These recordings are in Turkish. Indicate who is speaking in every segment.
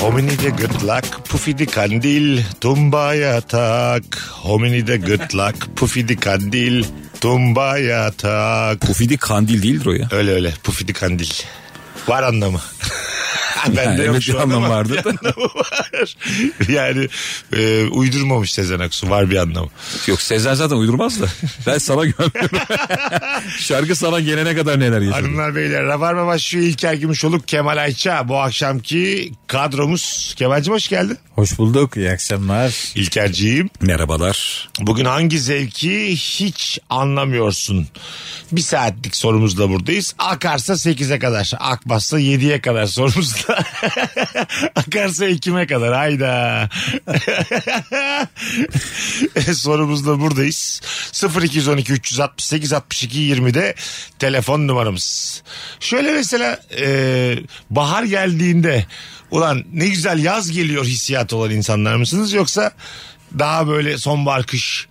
Speaker 1: Hominide gırtlak, pufidi kandil, tumbaya tak. Hominide gırtlak, pufidi kandil, tumbaya tak.
Speaker 2: Pufidi kandil değildir o ya.
Speaker 1: Öyle öyle, pufidi kandil. Var anlamı. ben
Speaker 2: Yani
Speaker 1: de
Speaker 2: evet,
Speaker 1: yok şu
Speaker 2: bir
Speaker 1: an
Speaker 2: anlamı
Speaker 1: ama
Speaker 2: vardı
Speaker 1: bir
Speaker 2: da.
Speaker 1: anlamı var. yani e, uydurmamış Sezen Aksu var bir anlamı.
Speaker 2: Yok Sezen zaten uydurmaz da. Ben sana güvenmiyorum. Şarkı sana gelene kadar neler yaşadı.
Speaker 1: Hanımlar beyler Rabarba başlıyor İlker Gümüşoluk Kemal Ayça bu akşamki kadromuz. Kemal'cim hoş geldin.
Speaker 3: Hoş bulduk. İyi akşamlar.
Speaker 1: İlker'ciğim
Speaker 2: Merhabalar.
Speaker 1: Bugün hangi zevki hiç anlamıyorsun? Bir saatlik sorumuzla buradayız. Akarsa 8'e kadar, akmazsa 7'ye kadar sorumuzda. Akarsa Ekim'e kadar hayda. sorumuzla buradayız. 0212 368 62 20'de telefon numaramız. Şöyle mesela e, bahar geldiğinde ulan ne güzel yaz geliyor hissiyat olan insanlar mısınız yoksa daha böyle sonbahar kış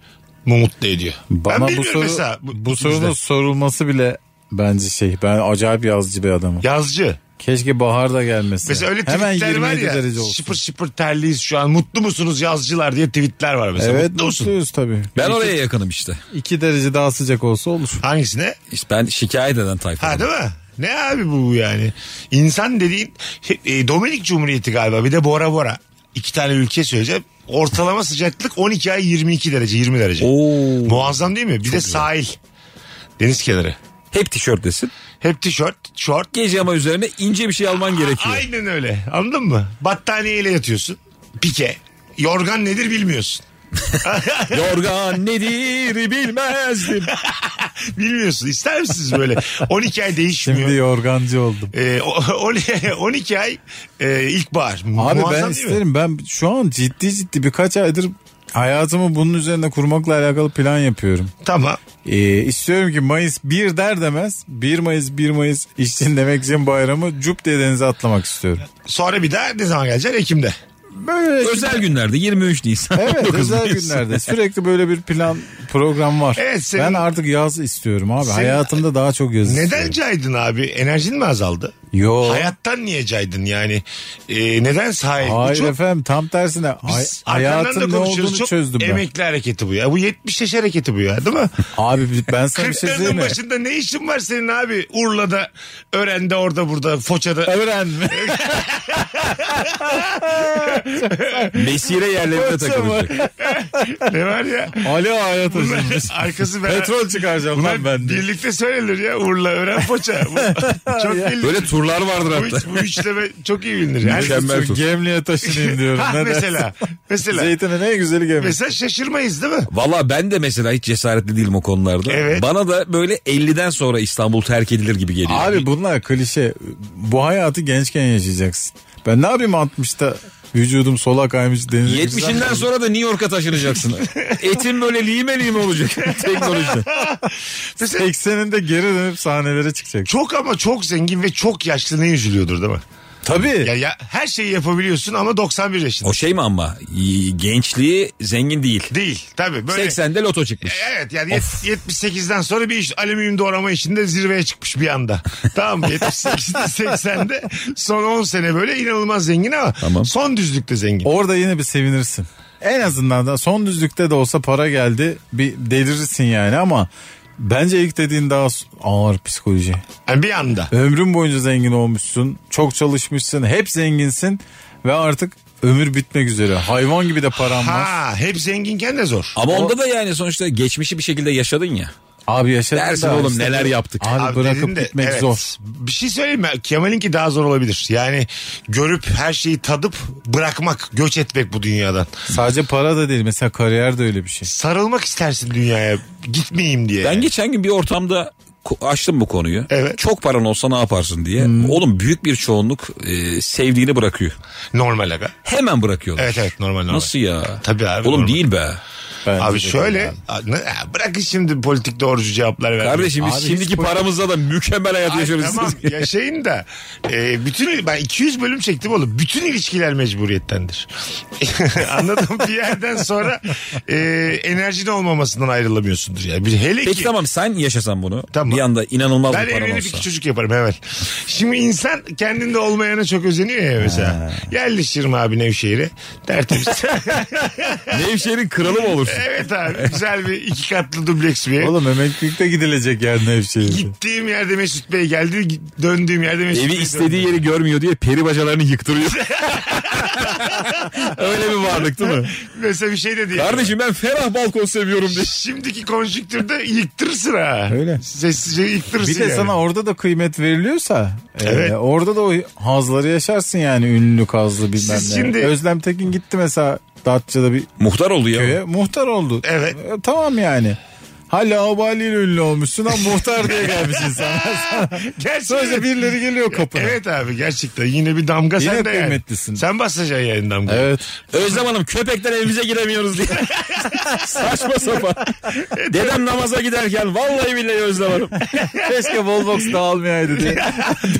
Speaker 1: mu mutlu ediyor? ben
Speaker 3: Bana bu
Speaker 1: bilmiyorum
Speaker 3: soru
Speaker 1: mesela.
Speaker 3: bu,
Speaker 1: bizde.
Speaker 3: sorunun sorulması bile bence şey. Ben acayip yazıcı bir adamım.
Speaker 1: Yazcı.
Speaker 3: Keşke bahar da gelmese.
Speaker 1: Mesela öyle
Speaker 3: Hemen
Speaker 1: tweetler var
Speaker 3: 27 derece
Speaker 1: ya.
Speaker 3: olsun.
Speaker 1: Şıpır şıpır terliyiz şu an. Mutlu musunuz yazcılar diye tweetler var mesela.
Speaker 3: evet
Speaker 1: mutlu musun?
Speaker 3: mutluyuz tabii.
Speaker 2: Ben oraya yakınım işte.
Speaker 3: 2 derece daha sıcak olsa olur.
Speaker 1: Hangisine?
Speaker 2: İşte ben şikayet eden
Speaker 1: Ha
Speaker 2: tayfadım.
Speaker 1: değil mi? Ne abi bu yani? İnsan dediğin e, Dominik Cumhuriyeti galiba bir de Bora Bora. İki tane ülke söyleyeceğim. Ortalama sıcaklık 12 ay 22 derece 20 derece.
Speaker 2: Oo.
Speaker 1: Muazzam değil mi? Bir de sahil. Deniz kenarı.
Speaker 2: Hep tişörtlesin.
Speaker 1: Hep tişört, şort.
Speaker 2: Gece ama üzerine ince bir şey alman gerekiyor.
Speaker 1: Aynen öyle. Anladın mı? Battaniyeyle yatıyorsun. Pike. Yorgan nedir bilmiyorsun.
Speaker 2: Yorgan nedir bilmezdim.
Speaker 1: Bilmiyorsun. İster misiniz böyle? 12 ay değişmiyor.
Speaker 3: Şimdi yorgancı oldum.
Speaker 1: Ee, o- on- 12 ay e, ilkbahar.
Speaker 3: Abi
Speaker 1: Muazzam
Speaker 3: ben
Speaker 1: değil mi?
Speaker 3: isterim. Ben şu an ciddi ciddi birkaç aydır hayatımı bunun üzerine kurmakla alakalı plan yapıyorum.
Speaker 1: Tamam.
Speaker 3: Ee, istiyorum ki Mayıs 1 der demez 1 Mayıs 1 Mayıs işçinin demek için bayramı cup diye denize atlamak istiyorum.
Speaker 1: Sonra bir daha ne zaman geleceksin? Ekim'de.
Speaker 3: Böyle
Speaker 2: Özel günlerde 23 Nisan.
Speaker 3: Evet
Speaker 2: 19
Speaker 3: özel
Speaker 2: Mayıs.
Speaker 3: günlerde sürekli böyle bir plan program var.
Speaker 1: Evet, senin-
Speaker 3: ben artık yaz istiyorum abi.
Speaker 1: Senin-
Speaker 3: Hayatımda daha çok yaz
Speaker 1: Neden
Speaker 3: istiyorum.
Speaker 1: caydın abi? Enerjin mi azaldı?
Speaker 3: Yo.
Speaker 1: Hayattan niye caydın yani? Ee, neden sahil? Bu
Speaker 3: Hayır
Speaker 1: çok-
Speaker 3: efendim tam tersine hay-
Speaker 1: biz arkandan da
Speaker 3: hayatın ne
Speaker 1: konuşuyoruz.
Speaker 3: olduğunu
Speaker 1: Çok
Speaker 3: çözdüm ben.
Speaker 1: Emekli hareketi bu ya. Bu 70 yaş hareketi bu ya değil mi?
Speaker 3: Abi ben sana bir şey söyleyeyim
Speaker 1: Kırklarının
Speaker 3: mi?
Speaker 1: başında ne işin var senin abi? Urla'da, Ören'de, orada, burada, Foça'da.
Speaker 3: Öğren mi?
Speaker 2: Mesire yerlerinde takılacak.
Speaker 1: ne var ya?
Speaker 3: Ali Ağa'ya taşınmış.
Speaker 1: Arkası beraber.
Speaker 3: Petrol çıkaracağım
Speaker 1: Bunlar
Speaker 3: lan ben de.
Speaker 1: birlikte söylenir ya Urla, Ören, Foça. Bu- çok bilinir.
Speaker 2: Böyle turlar vardır
Speaker 1: bu,
Speaker 2: hatta.
Speaker 1: bu üçleme çok iyi bilinir. Yani,
Speaker 2: Mükemmel tur.
Speaker 3: Gemliğe taşınayım diyorum.
Speaker 1: ha,
Speaker 3: Ne
Speaker 1: mesela.
Speaker 3: dersin?
Speaker 1: Mesela.
Speaker 3: Zeytin'in en güzeli gemi.
Speaker 1: Mesela şaşırmayız değil mi?
Speaker 2: Valla ben de mesela hiç cesaretli değilim o konularda.
Speaker 1: Evet.
Speaker 2: Bana da böyle 50'den sonra İstanbul terk edilir gibi geliyor.
Speaker 3: Abi bunlar klişe. Bu hayatı gençken yaşayacaksın. Ben ne yapayım 60'ta vücudum sola kaymış denize
Speaker 2: 70'inden
Speaker 3: girsem-
Speaker 2: sonra da New York'a taşınacaksın. Etin böyle lime lime olacak teknoloji.
Speaker 1: Mesela
Speaker 3: 80'inde geri dönüp sahnelere çıkacak.
Speaker 1: çok ama çok zengin ve çok yaşlı ne üzülüyordur değil mi?
Speaker 3: Tabii.
Speaker 1: Ya, ya her şeyi yapabiliyorsun ama 91 yaşında.
Speaker 2: O şey mi ama y- gençliği zengin değil.
Speaker 1: Değil tabii. Böyle
Speaker 2: 80'de loto çıkmış.
Speaker 1: Evet yani yet- 78'den sonra bir iş alüminyum doğrama işinde zirveye çıkmış bir anda. Tamam mı? 78'de 80'de son 10 sene böyle inanılmaz zengin ama
Speaker 2: Tamam.
Speaker 1: son düzlükte zengin.
Speaker 3: Orada yine bir sevinirsin. En azından da son düzlükte de olsa para geldi. Bir delirirsin yani ama bence ilk dediğin daha s- ağır psikoloji.
Speaker 1: Yani bir anda.
Speaker 3: Ömrün boyunca zengin olmuşsun. Çok çalışmışsın. Hep zenginsin ve artık ömür bitmek üzere. Hayvan gibi de paran var.
Speaker 1: Ha hep zenginken de zor.
Speaker 2: Ama onda da yani sonuçta geçmişi bir şekilde yaşadın ya.
Speaker 3: Abi yaşadın
Speaker 2: Dersin
Speaker 3: da
Speaker 2: oğlum
Speaker 3: işte-
Speaker 2: neler yaptık.
Speaker 3: Abi,
Speaker 1: Abi dedim
Speaker 3: bırakıp
Speaker 1: de,
Speaker 3: gitmek
Speaker 1: evet.
Speaker 3: zor.
Speaker 1: Bir şey söyleyeyim mi? Kemal'inki daha zor olabilir. Yani görüp her şeyi tadıp bırakmak, göç etmek bu dünyadan.
Speaker 3: Sadece para da değil mesela kariyer de öyle bir şey.
Speaker 1: Sarılmak istersin dünyaya gitmeyeyim diye.
Speaker 2: Ben geçen gün bir ortamda ko- açtım bu konuyu.
Speaker 1: Evet. Hmm.
Speaker 2: Çok paran olsa ne yaparsın diye. Oğlum büyük bir çoğunluk e, sevdiğini bırakıyor.
Speaker 1: Normal aga.
Speaker 2: Hemen bırakıyorlar.
Speaker 1: Evet evet normal normal.
Speaker 2: Nasıl ya?
Speaker 1: Tabii abi,
Speaker 2: Oğlum
Speaker 1: normal.
Speaker 2: değil be.
Speaker 3: Bence
Speaker 1: Abi
Speaker 3: de
Speaker 1: şöyle
Speaker 3: yani.
Speaker 1: a- ne- a- bırakın şimdi politik doğrucu cevaplar vermeyi.
Speaker 2: Kardeşim şey biz
Speaker 3: Abi hiç
Speaker 2: şimdiki
Speaker 3: politik-
Speaker 2: paramızla da mükemmel hayat
Speaker 1: Ay,
Speaker 2: yaşarız.
Speaker 1: tamam yaşayın da e, bütün ben 200 bölüm çektim oğlum bütün ilişkiler mecburiyettendir anladım bir yerden sonra e, enerjinin olmamasından ayrılamıyorsundur ya bir hele
Speaker 2: Peki
Speaker 1: ki
Speaker 2: tamam sen yaşasan bunu.
Speaker 1: Tamam.
Speaker 2: Bir anda inanılmaz
Speaker 1: ben
Speaker 2: bir paran
Speaker 1: evlenip
Speaker 2: olsa.
Speaker 1: iki çocuk yaparım hemen. Şimdi insan kendinde olmayana çok özeniyor ya mesela. Yerleşirim abi Nevşehir'e. Tertemiz.
Speaker 2: Nevşehir'in kralı mı olursun?
Speaker 1: evet abi güzel bir iki katlı dubleks bir ev.
Speaker 3: Oğlum emeklilikte gidilecek yani Nevşehir'de.
Speaker 1: Gittiğim yerde Mesut Bey geldi. gi- Döndüğüm yerde Mesut
Speaker 2: Evi
Speaker 1: Bey
Speaker 2: istediği yeri görmüyor diye peri bacalarını yıktırıyor. Öyle bir varlık değil mi?
Speaker 1: döndü. Mesela bir şey de değil.
Speaker 2: Kardeşim ben ferah balkon seviyorum diye.
Speaker 1: Şimdiki konjüktürde yıktırırsın ha.
Speaker 3: Öyle.
Speaker 1: Sessizce yıktırırsın
Speaker 3: Bir de
Speaker 1: yani.
Speaker 3: sana orada da kıymet veriliyorsa e,
Speaker 1: Evet.
Speaker 3: orada da o hazları yaşarsın yani ünlülük hazlı bilmem
Speaker 1: Siz
Speaker 3: ne.
Speaker 1: şimdi-
Speaker 3: Özlem Tekin gitti mesela Datça'da bir
Speaker 2: Muhtar oldu ya.
Speaker 3: köye muhtar oldu.
Speaker 1: Evet.
Speaker 3: E, tamam yani. Hala obaliyle ünlü olmuşsun ama muhtar diye gelmiş insanlar. Sadece
Speaker 1: Gerçekten.
Speaker 3: birileri geliyor kapına.
Speaker 1: Evet abi gerçekten yine bir damga
Speaker 3: Yine
Speaker 1: sende yani.
Speaker 3: kıymetlisin.
Speaker 1: Sen basacaksın yani damgayı.
Speaker 3: Evet.
Speaker 2: Özlem Hanım köpekten evimize giremiyoruz diye. Saçma sapan.
Speaker 1: E,
Speaker 2: Dedem namaza giderken vallahi billahi Özlem Hanım.
Speaker 3: Keşke Volvox da almayaydı diye.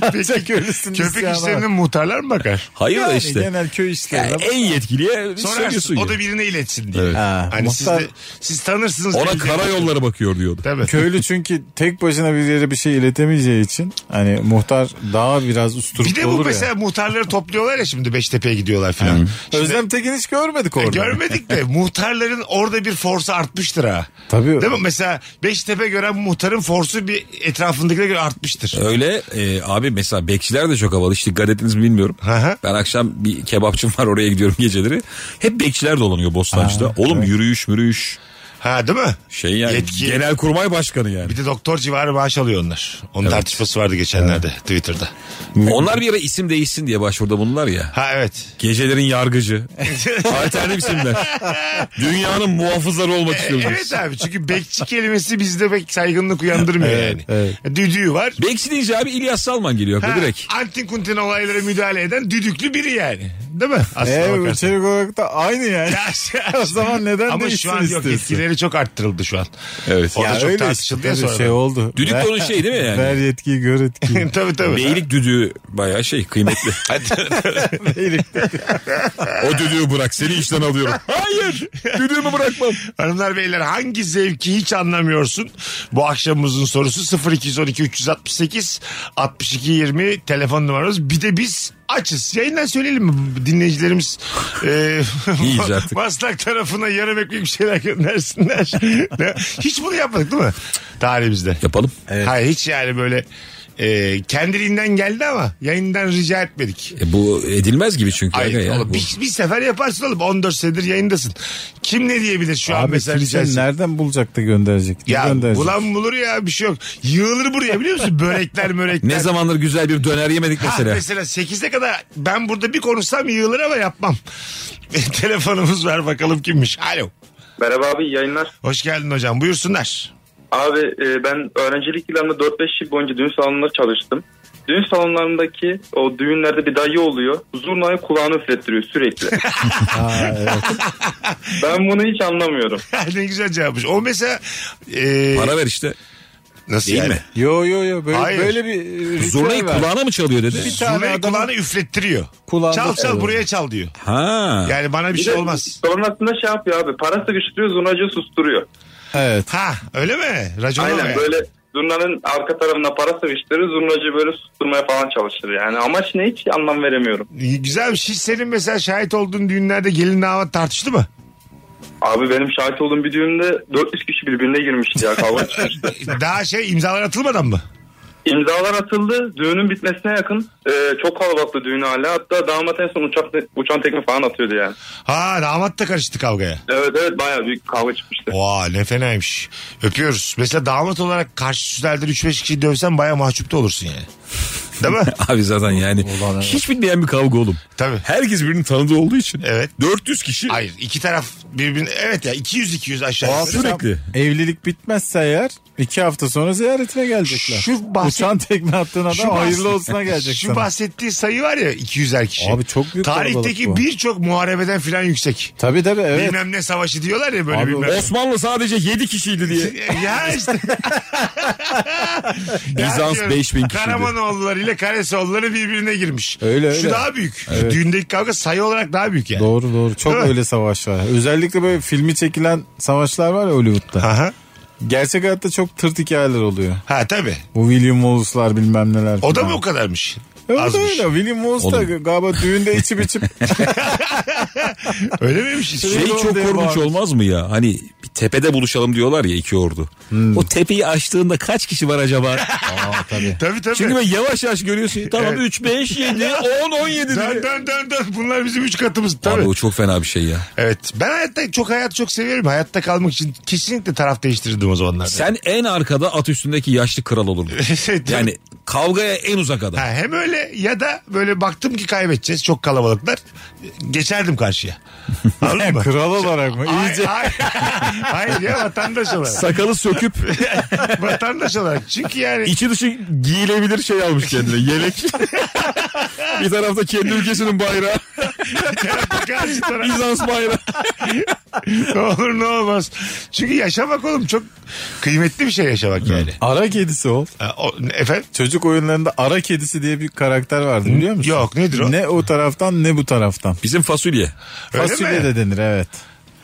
Speaker 3: Datça
Speaker 1: Peki,
Speaker 3: köylüsünün isyana
Speaker 1: Köpek
Speaker 3: bak.
Speaker 1: işlerinin muhtarlar mı bakar?
Speaker 2: Hayır da
Speaker 3: Yani
Speaker 2: işte.
Speaker 3: Genel köy işlerine
Speaker 2: Yani
Speaker 3: bak.
Speaker 2: en yetkiliye
Speaker 1: Sorarsın.
Speaker 2: söylüyorsun
Speaker 1: O
Speaker 2: ya.
Speaker 1: da birine iletsin diye.
Speaker 2: Evet.
Speaker 3: Ha,
Speaker 1: Hani siz,
Speaker 3: muhtar-
Speaker 1: de, siz tanırsınız.
Speaker 2: Ona
Speaker 1: Tabii.
Speaker 2: karayolları bakıyor diyordu.
Speaker 1: Tabii.
Speaker 3: Köylü çünkü tek başına bir yere bir şey iletemeyeceği için hani muhtar daha biraz usturuplu
Speaker 1: Bir
Speaker 3: olur
Speaker 1: de
Speaker 3: ya.
Speaker 1: bu mesela muhtarları topluyorlar ya şimdi Beştepe'ye gidiyorlar filan. Şimdi
Speaker 3: Özlem Tekin hiç görmedik orada.
Speaker 1: E, Görmedik de muhtarların orada bir forsu artmıştır ha.
Speaker 3: Tabii.
Speaker 1: Değil mi? Mesela Beştepe gören muhtarın forsu bir etrafındakine göre artmıştır.
Speaker 2: Öyle e, abi mesela bekçiler de çok havalı. Hiç dikkat ettiniz mi bilmiyorum.
Speaker 1: Hı hı.
Speaker 2: ben akşam bir kebapçım var oraya gidiyorum geceleri. Hep bekçiler dolanıyor Bostancı'da. Oğlum yürüyüş mürüyüş.
Speaker 1: Ha değil mi?
Speaker 2: Şey yani
Speaker 1: Yetki.
Speaker 2: genel kurmay başkanı yani.
Speaker 1: Bir de doktor civarı maaş alıyor onlar. Onun tartışması vardı geçenlerde Twitter'da.
Speaker 2: Onlar bir ara isim değişsin diye başvuruda bunlar ya.
Speaker 1: Ha evet.
Speaker 2: Gecelerin yargıcı. Alternatif isimler. Dünyanın muhafızları olmak
Speaker 1: E,
Speaker 2: istiyoruz.
Speaker 1: evet abi çünkü bekçi kelimesi bizde pek saygınlık uyandırmıyor yani. E, Düdüğü var.
Speaker 2: Bekçi deyince abi İlyas Salman geliyor
Speaker 1: Ha,
Speaker 2: akla direkt.
Speaker 1: Antin kuntin olaylara müdahale eden düdüklü biri yani. Değil mi? Aslına
Speaker 3: Ee,
Speaker 1: bakarsan.
Speaker 3: içerik olarak da aynı yani. o zaman neden
Speaker 1: Ama
Speaker 3: değişsin
Speaker 1: şu an yok
Speaker 3: istiyorsun?
Speaker 1: etkileri çok arttırıldı şu an.
Speaker 2: Evet.
Speaker 1: Orada
Speaker 3: Ya
Speaker 1: çok
Speaker 3: öyle
Speaker 1: tartışıldı ya
Speaker 3: işte,
Speaker 1: sonra.
Speaker 3: şey oldu.
Speaker 2: Düdük de onun şey değil mi yani?
Speaker 3: Ver yetkiyi gör etkiyi.
Speaker 1: tabii tabii.
Speaker 2: Beylik düdüğü bayağı şey kıymetli.
Speaker 3: Beylik.
Speaker 2: o düdüğü bırak seni işten alıyorum. Hayır düdüğümü bırakmam.
Speaker 1: Hanımlar beyler hangi zevki hiç anlamıyorsun? Bu akşamımızın sorusu 0212 368 62 20 telefon numaramız. Bir de biz açız. Yayından söyleyelim mi? Dinleyicilerimiz e,
Speaker 2: İyiyiz artık.
Speaker 1: Maslak tarafına yarım ekmek bir şeyler göndersinler. Ne? hiç bunu yapmadık değil mi? Tarihimizde.
Speaker 2: Yapalım.
Speaker 1: Hayır hiç yani böyle e, kendiliğinden geldi ama yayından rica etmedik.
Speaker 2: E bu edilmez gibi çünkü.
Speaker 1: Ay,
Speaker 2: aga ya,
Speaker 1: oğlum
Speaker 2: bu.
Speaker 1: bir, bir sefer yaparsın oğlum 14 senedir yayındasın. Kim ne diyebilir şu an
Speaker 3: Abi
Speaker 1: mesela rica
Speaker 3: kimse
Speaker 1: etsin?
Speaker 3: nereden bulacak da gönderecek?
Speaker 1: Ya
Speaker 3: gönderecek?
Speaker 1: bulan bulur ya bir şey yok. Yığılır buraya biliyor musun? Börekler mörekler.
Speaker 2: Ne zamandır güzel bir döner yemedik
Speaker 1: Ha,
Speaker 2: mesela.
Speaker 1: mesela 8'e kadar ben burada bir konuşsam yığılır ama yapmam. Telefonumuz var bakalım kimmiş. Alo.
Speaker 4: Merhaba abi iyi yayınlar.
Speaker 1: Hoş geldin hocam buyursunlar.
Speaker 4: Abi e, ben öğrencilik yıllarında 4-5 yıl boyunca düğün salonunda çalıştım. Düğün salonlarındaki o düğünlerde bir dayı oluyor. Zurnayı kulağını üflettiriyor sürekli. ben bunu hiç anlamıyorum.
Speaker 1: ne güzel cevapmış. O mesela e,
Speaker 2: Para ver işte.
Speaker 1: nasıl
Speaker 2: Değil
Speaker 1: yani?
Speaker 2: mi?
Speaker 3: Yo yo yo böyle,
Speaker 1: Hayır.
Speaker 3: böyle bir e, ritüel
Speaker 2: Zurnayı
Speaker 3: var.
Speaker 2: kulağına mı çalıyor dedi.
Speaker 3: Bir tane
Speaker 1: Zurnayı
Speaker 3: adamın
Speaker 1: kulağını üflettiriyor.
Speaker 3: kulağında
Speaker 1: Çal çal
Speaker 3: çalıyor.
Speaker 1: buraya çal diyor.
Speaker 2: Ha.
Speaker 1: Yani bana bir
Speaker 4: Bir
Speaker 1: şey
Speaker 4: de
Speaker 1: olmaz.
Speaker 4: Sonrasında şey yapıyor abi. Para sıkıştırıyor zurnacı susturuyor.
Speaker 3: Evet.
Speaker 1: Ha öyle mi? Racona mı
Speaker 4: Aynen
Speaker 1: yani?
Speaker 4: böyle zurnanın arka tarafına para sıkıştırır zurnacı böyle susturmaya falan çalışır. Yani amaç ne hiç anlam veremiyorum.
Speaker 1: İyi, Güzelmiş. Hiç senin mesela şahit olduğun düğünlerde gelin damat tartıştı mı?
Speaker 4: Abi benim şahit olduğum bir düğünde 400 kişi birbirine girmişti ya kavga çıkmıştı.
Speaker 1: Daha şey imzalar atılmadan mı?
Speaker 4: İmzalar atıldı. Düğünün bitmesine yakın. Ee, çok kalabalıktı düğün hala. Hatta damat en son uçak, uçan tekme falan atıyordu yani.
Speaker 1: Ha damat da karıştı kavgaya.
Speaker 4: Evet evet bayağı büyük kavga çıkmıştı.
Speaker 1: Vaa ne fenaymış. Öpüyoruz. Mesela damat olarak karşı sülalden 3-5 kişiyi dövsen baya mahcupta olursun yani. Değil mi?
Speaker 2: Abi zaten yani hiç bitmeyen bir kavga oğlum.
Speaker 1: Tabii.
Speaker 2: Herkes birbirini tanıdığı olduğu için.
Speaker 1: Evet.
Speaker 2: 400 kişi.
Speaker 1: Hayır iki taraf birbirine evet ya 200 200 aşağı
Speaker 2: Aa,
Speaker 1: yukarı.
Speaker 2: sürekli.
Speaker 3: Evlilik bitmezse eğer iki hafta sonra ziyaretine gelecekler.
Speaker 1: Şu bahset-
Speaker 3: Uçan tekme attığın adam
Speaker 1: bahs-
Speaker 3: hayırlı olsuna gelecek
Speaker 1: Şu
Speaker 3: sana.
Speaker 1: bahsettiği sayı var ya 200'er kişi.
Speaker 3: Abi çok büyük
Speaker 1: Tarihteki
Speaker 3: kalabalık bu.
Speaker 1: birçok muharebeden filan yüksek.
Speaker 3: Tabii tabii evet.
Speaker 1: Bilmem ne savaşı diyorlar ya böyle
Speaker 3: Abi,
Speaker 1: bilmem.
Speaker 2: Osmanlı sadece 7 kişiydi diye.
Speaker 1: ya işte.
Speaker 2: Bizans 5000 kişiydi.
Speaker 1: Karamanoğulları ile Karesoğulları birbirine girmiş.
Speaker 3: Öyle,
Speaker 1: Şu
Speaker 3: öyle.
Speaker 1: daha büyük. Düğündeki kavga sayı olarak daha büyük yani.
Speaker 3: Doğru doğru. Çok
Speaker 1: Değil mi?
Speaker 3: öyle savaş var. Özellikle böyle filmi çekilen savaşlar var ya Hollywood'da.
Speaker 1: Aha.
Speaker 3: Gerçek hayatta çok tırt hikayeler oluyor.
Speaker 1: Ha tabii.
Speaker 3: Bu William Wallace'lar bilmem neler.
Speaker 1: O da
Speaker 3: falan.
Speaker 1: mı şey? o kadarmış?
Speaker 3: E, o da
Speaker 1: Azmış.
Speaker 3: öyle. William Wallace da galiba düğünde içip içip
Speaker 1: Öyle miymiş? hiç?
Speaker 2: Şey
Speaker 3: Doğru
Speaker 2: çok
Speaker 3: değil
Speaker 2: korkunç
Speaker 3: bu abi.
Speaker 2: olmaz mı ya? Hani bir tepede buluşalım diyorlar ya iki ordu.
Speaker 1: Hmm.
Speaker 2: O tepeyi açtığında kaç kişi var acaba?
Speaker 1: Tabii tabii.
Speaker 2: Çünkü böyle yavaş yavaş görüyorsun. Tamam 3, 5, 7, 10,
Speaker 1: Dön
Speaker 2: 17 diye.
Speaker 1: dön dön dön. Bunlar bizim üç katımız. Tabii.
Speaker 2: Abi o çok fena bir şey ya.
Speaker 1: Evet. Ben hayatta çok hayat çok seviyorum. Hayatta kalmak için kesinlikle taraf değiştirdim o zamanlar.
Speaker 2: Sen en arkada at üstündeki yaşlı kral olurdun. yani kavgaya en uzak adam.
Speaker 1: Ha, hem öyle ya da böyle baktım ki kaybedeceğiz çok kalabalıklar. Geçerdim karşıya. Anladın mı?
Speaker 3: kral olarak mı?
Speaker 1: Ay-
Speaker 3: İyice.
Speaker 1: ay- Hayır ya vatandaş olarak.
Speaker 2: Sakalı söküp
Speaker 1: vatandaş olarak. Çünkü yani
Speaker 2: içi dışı giyilebilir şey almış kendine. Yelek. bir tarafta kendi ülkesinin bayrağı.
Speaker 1: karşı taraf
Speaker 2: Bizans bayrağı.
Speaker 1: ne olur ne olmaz. Çünkü yaşamak oğlum çok kıymetli bir şey yaşamak yani.
Speaker 3: Ara kedisi ol.
Speaker 1: Ha, o- efendim?
Speaker 3: Çocuk oyunlarında ara kedisi diye bir karakter vardı biliyor musun?
Speaker 1: Yok, nedir o?
Speaker 3: Ne o taraftan ne bu taraftan.
Speaker 2: Bizim fasulye.
Speaker 1: Öyle
Speaker 3: Fasulye
Speaker 1: mi?
Speaker 3: de denir evet.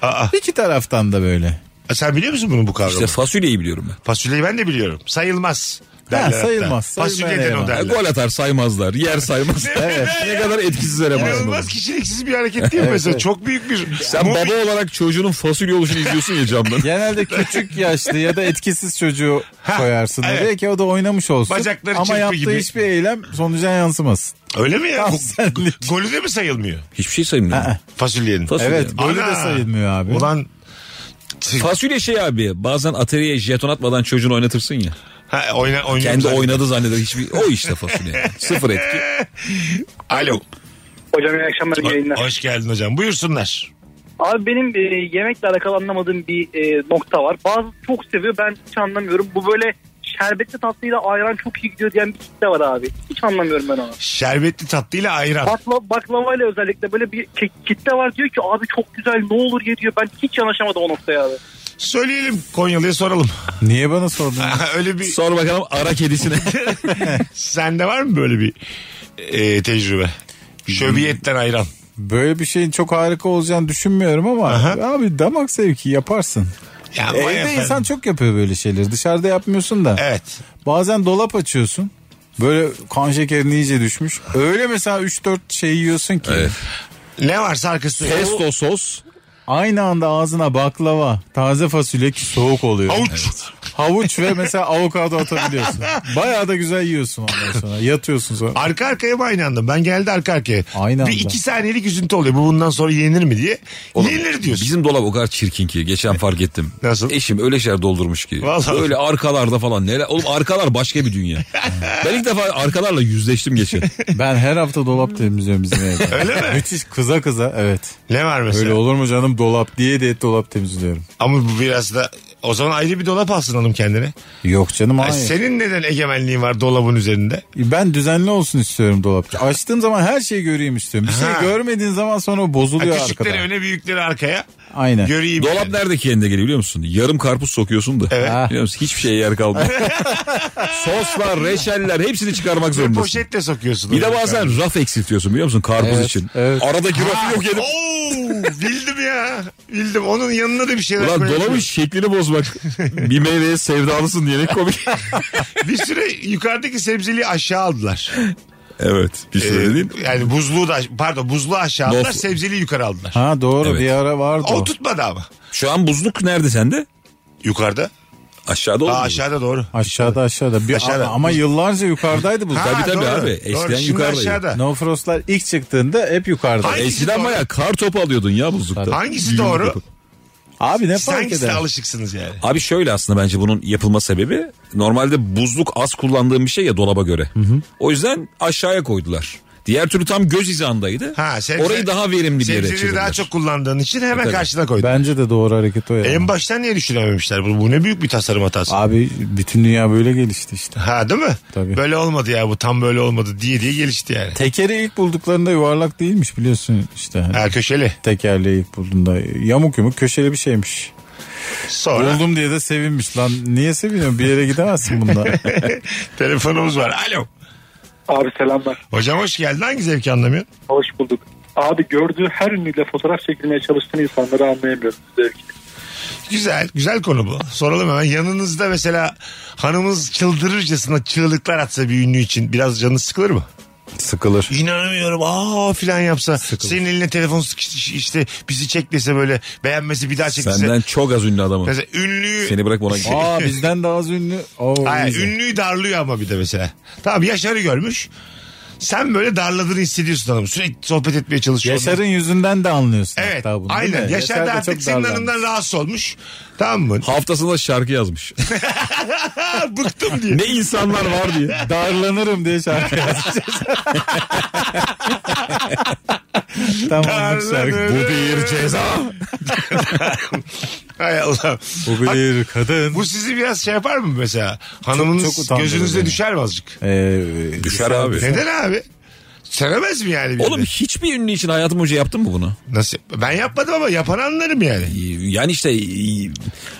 Speaker 1: Aa,
Speaker 3: İki taraftan da böyle.
Speaker 1: sen biliyor musun bunun bu kavramı?
Speaker 2: İşte fasulyeyi biliyorum ben.
Speaker 1: Fasulyeyi ben de biliyorum. Sayılmaz. derler hatta.
Speaker 3: sayılmaz, sayılmayan
Speaker 1: Fasulyeden o
Speaker 3: eleman.
Speaker 2: Ha,
Speaker 1: derler.
Speaker 2: Gol atar saymazlar. Yer saymaz. ne kadar etkisiz eleman.
Speaker 1: İnanılmaz kişiliksiz bir hareket değil mi mesela? Çok büyük bir...
Speaker 2: Sen
Speaker 1: Mobbing-
Speaker 2: baba olarak çocuğunun fasulye oluşunu izliyorsun ya camdan.
Speaker 3: Genelde küçük yaşlı ya da etkisiz çocuğu koyarsın.
Speaker 1: evet.
Speaker 3: Belki o da oynamış olsun.
Speaker 1: Bacakları
Speaker 3: Ama
Speaker 1: çırpı
Speaker 3: yaptığı
Speaker 1: gibi.
Speaker 3: hiçbir eylem sonuca yansımasın.
Speaker 1: Öyle mi ya?
Speaker 3: Tam
Speaker 1: Go-
Speaker 3: senlik.
Speaker 1: Golü de mi sayılmıyor?
Speaker 2: Hiçbir şey saymıyor.
Speaker 1: Fasulyenin.
Speaker 2: Fasulye.
Speaker 3: Evet golü
Speaker 1: Ana!
Speaker 3: de sayılmıyor abi.
Speaker 1: Ulan
Speaker 2: Fasulye şey abi bazen atariye jeton atmadan çocuğunu oynatırsın ya.
Speaker 1: ha, oyna, oynuyor
Speaker 2: Kendi
Speaker 1: zaten.
Speaker 2: oynadı zanneder hiçbir. O işte fasulye. Sıfır etki.
Speaker 1: Alo.
Speaker 5: Hocam iyi akşamlar, iyi yayınlar.
Speaker 1: Hoş geldin hocam. Buyursunlar.
Speaker 5: Abi benim e, yemekle alakalı anlamadığım bir e, nokta var. Bazı çok seviyor ben hiç anlamıyorum. Bu böyle şerbetli tatlıyla ayran çok iyi gidiyor diyen bir kitle var abi. Hiç anlamıyorum ben onu.
Speaker 1: Şerbetli tatlıyla ayran.
Speaker 5: Bakla, baklavayla özellikle böyle bir ki- kitle var diyor ki abi çok güzel ne olur ye diyor. Ben hiç yanaşamadım o noktaya abi.
Speaker 1: Söyleyelim Konyalı'ya soralım.
Speaker 3: Niye bana sordun?
Speaker 1: Öyle bir
Speaker 2: Sor bakalım ara kedisine.
Speaker 1: sende var mı böyle bir e, tecrübe? Şöbiyetten ayran.
Speaker 3: Böyle bir şeyin çok harika olacağını düşünmüyorum ama
Speaker 1: Aha.
Speaker 3: abi damak zevki yaparsın.
Speaker 1: Ya aman
Speaker 3: Evde
Speaker 1: Ee, efendim.
Speaker 3: insan çok yapıyor böyle şeyleri. Dışarıda yapmıyorsun da.
Speaker 1: Evet.
Speaker 3: Bazen dolap açıyorsun. Böyle kan şekerin iyice düşmüş. Öyle mesela 3-4 şey yiyorsun ki.
Speaker 2: Evet.
Speaker 1: Ne varsa arkası.
Speaker 2: Pesto sos.
Speaker 3: Aynı anda ağzına baklava, taze fasulye ki soğuk oluyor.
Speaker 1: Avuç.
Speaker 3: Havuç ve mesela avokado atabiliyorsun. Bayağı da güzel yiyorsun ondan sonra. Yatıyorsun sonra.
Speaker 1: Arka arkaya mı aynı anda? Ben geldi arka arkaya.
Speaker 3: Aynı
Speaker 1: Bir
Speaker 3: anda.
Speaker 1: iki saniyelik üzüntü oluyor. Bu bundan sonra yenir mi diye. yenir diyorsun.
Speaker 2: Bizim dolap o kadar çirkin ki. Geçen fark ettim.
Speaker 1: Nasıl?
Speaker 2: Eşim öyle şeyler doldurmuş ki.
Speaker 1: Vallahi.
Speaker 2: Öyle arkalarda falan. Neler? Oğlum arkalar başka bir dünya. ben ilk defa arkalarla yüzleştim geçen.
Speaker 3: Ben her hafta dolap temizliyorum bizim evde.
Speaker 1: Öyle mi?
Speaker 3: Müthiş kıza kıza evet.
Speaker 1: Ne var mesela?
Speaker 3: Öyle olur mu canım dolap diye diye dolap temizliyorum.
Speaker 1: Ama bu biraz da o zaman ayrı bir dolap alsın hanım kendine.
Speaker 3: Yok canım
Speaker 1: Ay,
Speaker 3: hayır.
Speaker 1: senin neden egemenliğin var dolabın üzerinde?
Speaker 3: Ben düzenli olsun istiyorum dolapçı. Açtığım zaman her şeyi göreyim istiyorum. Bir şey
Speaker 1: Ha.
Speaker 3: görmediğin zaman sonra
Speaker 1: Ha,
Speaker 3: bozuluyor
Speaker 1: küçükleri
Speaker 3: arkada.
Speaker 1: öne büyükleri arkaya.
Speaker 3: Aynen.
Speaker 1: Göreyim.
Speaker 2: Dolap
Speaker 1: yani.
Speaker 2: nerede kendine geliyor biliyor musun? Yarım karpuz sokuyorsun da.
Speaker 3: Ha.
Speaker 2: Biliyor musun? Hiçbir şeye yer kalmıyor. Soslar, reçeller hepsini çıkarmak zorundasın.
Speaker 1: Poşetle sokuyorsun.
Speaker 2: Bir de
Speaker 1: oraya.
Speaker 2: bazen raf eksiltiyorsun biliyor musun karpuz
Speaker 3: Evet,
Speaker 2: için.
Speaker 3: evet.
Speaker 2: Aradaki rafı yok edip.
Speaker 1: Oo, bildim ya. Bildim. Onun yanına da bir şeyler
Speaker 2: Ulan
Speaker 1: koyabilirim.
Speaker 2: dolabın şeklini bozmak. bir meyveye sevdalısın diyerek komik.
Speaker 1: Bir süre yukarıdaki sebzeliği aşağı aldılar.
Speaker 2: evet bir
Speaker 1: Ee,
Speaker 2: süre değil.
Speaker 1: yani buzluğu da pardon buzluğu aşağı aldılar.
Speaker 2: Dost-
Speaker 1: Sebzeliği yukarı aldılar.
Speaker 3: Ha doğru
Speaker 2: Evet.
Speaker 3: bir ara vardı o.
Speaker 1: O tutmadı ama.
Speaker 2: Şu an buzluk nerede sende?
Speaker 1: Yukarıda.
Speaker 2: Aşağıda oldu.
Speaker 1: Aa, aşağıda doğru.
Speaker 3: Aşağıda aşağıda. Bir
Speaker 1: Aşağıda.
Speaker 3: Ama, ama yıllarca yukarıdaydı bu.
Speaker 1: Ha,
Speaker 2: E, tabii
Speaker 1: doğru.
Speaker 2: tabii abi.
Speaker 1: Doğru.
Speaker 2: Eskiden
Speaker 1: Şimdi
Speaker 2: yukarıdaydı.
Speaker 1: aşağıda.
Speaker 3: No Frost'lar ilk çıktığında hep yukarıda.
Speaker 1: Hayır.
Speaker 2: Eskiden baya kar topu alıyordun ya buzlukta.
Speaker 3: Tabii.
Speaker 1: Hangisi doğru?
Speaker 3: Abi ne
Speaker 1: Siz
Speaker 3: fark
Speaker 1: hangisine
Speaker 3: eder?
Speaker 1: alışıksınız yani?
Speaker 2: Abi şöyle aslında bence bunun yapılma sebebi normalde buzluk az kullandığım bir şey ya dolaba göre. O yüzden aşağıya koydular. Diğer türlü tam göz hizandaydı.
Speaker 1: Ha, sebze-
Speaker 2: Orayı daha verimli bir yere
Speaker 1: Sebzeleri
Speaker 2: çevirdiler.
Speaker 1: daha çok kullandığın için hemen
Speaker 2: Tabii.
Speaker 1: karşına koydun. E,
Speaker 3: Bence de doğru hareket o ya.
Speaker 1: En baştan niye düşünememişler? Bu, bu ne büyük bir tasarım hatası.
Speaker 3: Abi bütün dünya böyle gelişti işte.
Speaker 1: Ha değil mi?
Speaker 3: Tabii.
Speaker 1: Böyle olmadı ya bu tam böyle olmadı diye diye gelişti yani.
Speaker 3: Tekeri ilk bulduklarında yuvarlak değilmiş biliyorsun işte.
Speaker 1: Ha köşeli.
Speaker 3: Tekerleği ilk bulduğunda yamuk yumuk köşeli bir şeymiş.
Speaker 1: Sonra
Speaker 3: Buldum diye de sevinmiş. Lan niye seviniyorsun? Bir yere gidemezsin bunda.
Speaker 1: telefonumuz var. Alo.
Speaker 6: Abi selamlar.
Speaker 1: Hocam hoş geldin. Hangi zevki anlamıyorsun?
Speaker 6: Hoş bulduk. Abi gördüğü her ünlüyle fotoğraf çekilmeye çalıştığın insanları anlayamıyorum. Zevki.
Speaker 1: Güzel. Güzel konu bu. Soralım hemen. Yanınızda mesela hanımınız çıldırırcasına çığlıklar atsa bir ünlü için biraz canınız sıkılır mı?
Speaker 3: Sıkılır.
Speaker 1: İnanamıyorum aa filan yapsa. Senin eline telefon sıkıştı işte bizi çek dese böyle beğenmesi bir daha çek dese.
Speaker 2: Senden çok az ünlü adamım.
Speaker 1: Mesela ünlüyü
Speaker 2: Seni bırakma ona gideyim.
Speaker 3: Aa bizden daha az ünlü. Oo,
Speaker 1: Hayır,
Speaker 3: iyice.
Speaker 1: ünlüyü darlıyor ama bir de mesela. Tamam Yaşar'ı görmüş. Sen böyle darladığını hissediyorsun hanım. Sürekli sohbet etmeye çalışıyor.
Speaker 3: Yaşar'ın yüzünden de anlıyorsun
Speaker 1: Evet.
Speaker 3: hatta bunu. değil
Speaker 1: aynen.
Speaker 3: mi?
Speaker 1: Yaşar da artık
Speaker 3: çok
Speaker 1: senin
Speaker 3: darlanmış.
Speaker 1: hanımdan rahatsız olmuş. Tamam mı?
Speaker 2: Haftasında şarkı yazmış.
Speaker 1: Ha, bıktım diye.
Speaker 2: ne insanlar var diye.
Speaker 3: Darlanırım diye şarkı yazacağız. Tamamdır şarkı.
Speaker 1: Darlanırım.
Speaker 3: Bu bir ceza.
Speaker 1: Hay Allah.
Speaker 3: Bu bir kadın.
Speaker 1: Bu sizi biraz şey yapar mı mesela? Hanımınız
Speaker 3: çok utandırır
Speaker 1: gözünüze
Speaker 3: beni.
Speaker 1: düşer mi azıcık?
Speaker 3: Ee,
Speaker 2: Düşer abi.
Speaker 1: Neden abi? Sevemez mi yani? birini?
Speaker 2: Oğlum hiçbir şey. ünlü için hayatım hoca yaptın mı bunu? Ee,
Speaker 1: Nasıl? Ben yapmadım ama yapan anlarım yani.
Speaker 2: Yani işte e,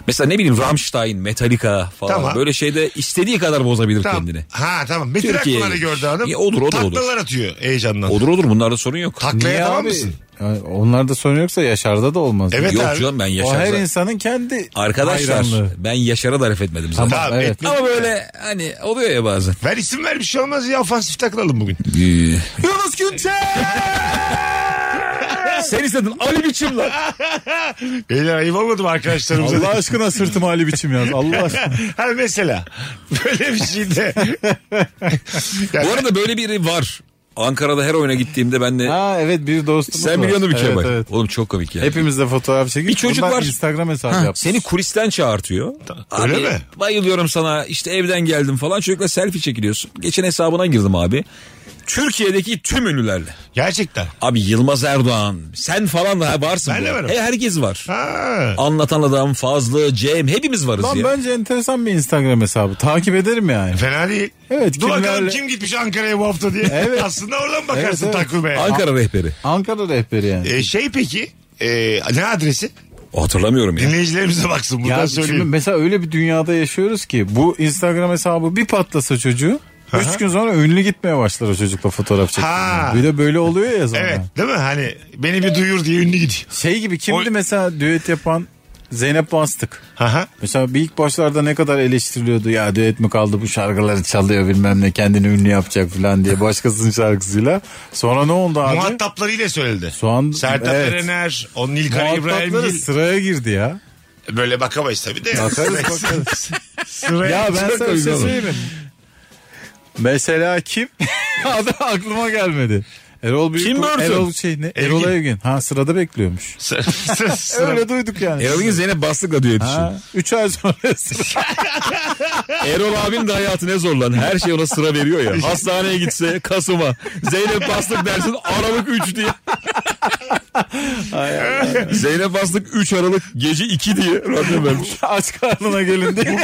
Speaker 2: mesela ne bileyim Rammstein, Metallica falan
Speaker 1: Tamam.
Speaker 2: böyle şeyde istediği kadar bozabilir
Speaker 1: Tamam.
Speaker 2: kendini.
Speaker 1: Ha tamam. Metin
Speaker 2: Türkiye'ye
Speaker 1: Akpınar'ı
Speaker 2: gitmiş.
Speaker 1: gördü hanım.
Speaker 2: Ya olur, o da olur.
Speaker 1: Taklalar atıyor heyecandan.
Speaker 2: Olur olur bunlarda sorun yok.
Speaker 1: Taklaya
Speaker 3: Niye
Speaker 1: tamam
Speaker 3: abi?
Speaker 1: mısın?
Speaker 3: Ya, Onlarda sorun yoksa Yaşar'da da olmaz.
Speaker 1: Evet
Speaker 2: yok
Speaker 1: abi.
Speaker 2: canım ben
Speaker 3: O her
Speaker 2: Yaşar'da.
Speaker 3: insanın kendi
Speaker 2: Arkadaşlar
Speaker 3: hayranlığı.
Speaker 2: ben Yaşar'a da laf etmedim zaten.
Speaker 3: Tamam,
Speaker 1: Tamam,
Speaker 3: evet.
Speaker 2: Ama böyle hani oluyor ya bazen. Ee,
Speaker 1: Ver isim ver bir şey olmaz ya ofansif takılalım bugün.
Speaker 2: Yunus Günçe! Sen istedin Ali biçim lan.
Speaker 1: Beyler ayıp olmadı mı arkadaşlarımıza?
Speaker 3: Allah aşkına sırtıma Ali biçim yaz. Allah aşkına.
Speaker 1: ha mesela böyle bir şey de.
Speaker 2: Bu arada böyle biri var. Ankara'da her oyuna gittiğimde ben de
Speaker 3: ha evet bir dostumuz
Speaker 2: sen
Speaker 3: var.
Speaker 2: biliyorsun bir
Speaker 3: evet,
Speaker 2: bak.
Speaker 3: Evet. E
Speaker 2: Oğlum çok komik ya.
Speaker 3: Hepimiz de fotoğraf çekip
Speaker 2: Bir çocuk
Speaker 3: bundan
Speaker 2: var.
Speaker 3: Instagram hesabı
Speaker 2: Ha,
Speaker 3: yapmış.
Speaker 2: Seni kulisten çağırtıyor.
Speaker 1: Öyle
Speaker 2: Abi,
Speaker 1: mi?
Speaker 2: Bayılıyorum sana işte evden geldim falan çocukla selfie çekiliyorsun. Geçen hesabına girdim abi. Türkiye'deki tüm ünlülerle.
Speaker 1: Gerçekten.
Speaker 2: Abi Yılmaz Erdoğan sen falan da ha, varsın.
Speaker 1: Ben de
Speaker 2: bu.
Speaker 1: varım.
Speaker 2: He, herkes var.
Speaker 1: Ha.
Speaker 2: Anlatan adam Fazlı, Cem hepimiz varız
Speaker 3: Lan
Speaker 2: ya.
Speaker 3: bence enteresan bir Instagram hesabı. Takip ederim yani.
Speaker 1: Fena değil.
Speaker 3: Evet,
Speaker 1: Dur bakalım
Speaker 3: kimlerle-
Speaker 1: kim gitmiş Ankara'ya bu hafta diye.
Speaker 3: Evet.
Speaker 1: Aslında oradan bakarsın
Speaker 3: Evet, evet.
Speaker 1: takvime.
Speaker 2: Ankara rehberi.
Speaker 3: Ankara rehberi yani.
Speaker 1: Ee, şey peki e, ne adresi?
Speaker 2: Hatırlamıyorum ya.
Speaker 1: Dinleyicilerimize baksın buradan
Speaker 3: Ya şimdi
Speaker 1: söyleyeyim.
Speaker 3: mesela öyle bir dünyada yaşıyoruz ki bu Instagram hesabı bir patlasa çocuğu üç gün sonra ünlü gitmeye başlar o çocukla fotoğraf
Speaker 1: Ha.
Speaker 3: çekmeye. Bir de böyle oluyor ya sonra.
Speaker 1: Evet değil mi? Hani beni bir duyur diye ünlü gidiyor.
Speaker 3: Şey gibi kimdi
Speaker 1: O-
Speaker 3: mesela düet yapan Zeynep Bastık.
Speaker 1: Aha.
Speaker 3: Mesela bir ilk başlarda ne kadar eleştiriliyordu ya düet mi kaldı bu şarkıları çalıyor bilmem ne kendini ünlü yapacak falan diye başkasının şarkısıyla. Sonra ne oldu abi?
Speaker 1: Muhataplarıyla söyledi.
Speaker 3: Soğan-
Speaker 1: Sertab
Speaker 3: evet.
Speaker 1: Erener, onun İlkay
Speaker 3: Muhatapları
Speaker 1: İbrahimgil.
Speaker 3: sıraya girdi ya.
Speaker 1: Böyle bakamayız tabii de.
Speaker 3: Bakarız, bakarız.
Speaker 1: Sıraya
Speaker 3: Ya ben
Speaker 1: çok
Speaker 3: sana bir şey
Speaker 1: uygun olur.
Speaker 3: söyleyeyim mi? Mesela kim? Adı aklıma gelmedi. Erol Büyük
Speaker 2: Kim Burton?
Speaker 3: Erol şey ne? Erol Evgin. Ha sırada bekliyormuş.
Speaker 1: Sıra- sıra- sıra-
Speaker 3: Öyle duyduk yani.
Speaker 2: Erol Gün Zeynep Bastık'la diyor
Speaker 3: Ha, üç ay sonra
Speaker 2: Erol abim de hayatı ne zor lan. Her şey ona sıra veriyor ya. Hastaneye gitse Kasım'a. Zeynep Bastık dersin Aralık 3 diye. Zeynep Bastık 3 Aralık gece 2 diye randevu vermiş.
Speaker 3: aç karnına gelin diye.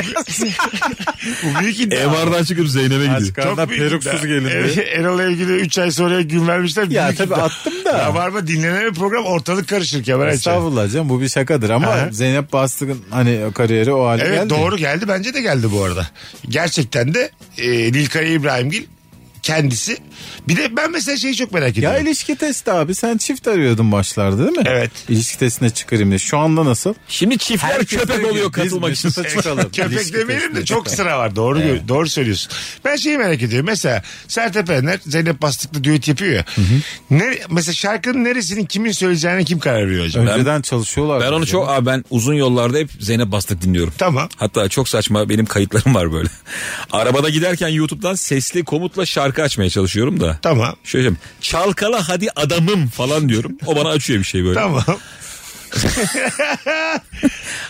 Speaker 1: Bu büyük iddia.
Speaker 2: MR'dan çıkıp Zeynep'e
Speaker 3: aç
Speaker 2: gidiyor.
Speaker 3: karnına
Speaker 1: büyük
Speaker 3: peruksuz
Speaker 1: iddia.
Speaker 3: gelin diye.
Speaker 1: Evet, Erol'a ilgili 3 ay sonra gün vermişler.
Speaker 3: Ya
Speaker 1: büyük
Speaker 3: tabii
Speaker 1: iddia.
Speaker 3: attım da.
Speaker 1: Ya var mı dinlenen bir program ortalık karışır Kemal Ayça.
Speaker 3: Estağfurullah canım bu bir şakadır ama
Speaker 1: Aha.
Speaker 3: Zeynep Bastık'ın hani o kariyeri o hale
Speaker 1: Evet
Speaker 3: geldi.
Speaker 1: doğru geldi bence de geldi bu arada. Gerçekten de e, Nilkaya İbrahimgil kendisi. Bir de ben mesela şeyi çok merak ediyorum.
Speaker 3: Ya ilişki testi abi sen çift arıyordun başlarda değil mi?
Speaker 1: Evet.
Speaker 3: İlişki testine çıkarayım diye. Şu anda nasıl?
Speaker 2: Şimdi çiftler köpek oluyor katılmak için.
Speaker 1: Köpek demeyelim de çok sıra var. Doğru gö- doğru söylüyorsun. Ben şeyi merak ediyorum. Mesela Sertab Erener Zeynep Bastıklı düet yapıyor ya. Ne, mesela şarkının neresinin kimin söyleyeceğine kim karar veriyor acaba?
Speaker 3: Önceden çalışıyorlar.
Speaker 2: Ben onu çok abi ben uzun yollarda hep Zeynep Bastık dinliyorum.
Speaker 1: Tamam.
Speaker 2: Hatta çok saçma benim kayıtlarım var böyle. Arabada giderken YouTube'dan sesli komutla şarkı açmaya çalışıyorum da.
Speaker 1: Tamam.
Speaker 2: Şöyle diyeyim, çalkala hadi adamım falan diyorum. O bana açıyor bir şey böyle.
Speaker 1: Tamam.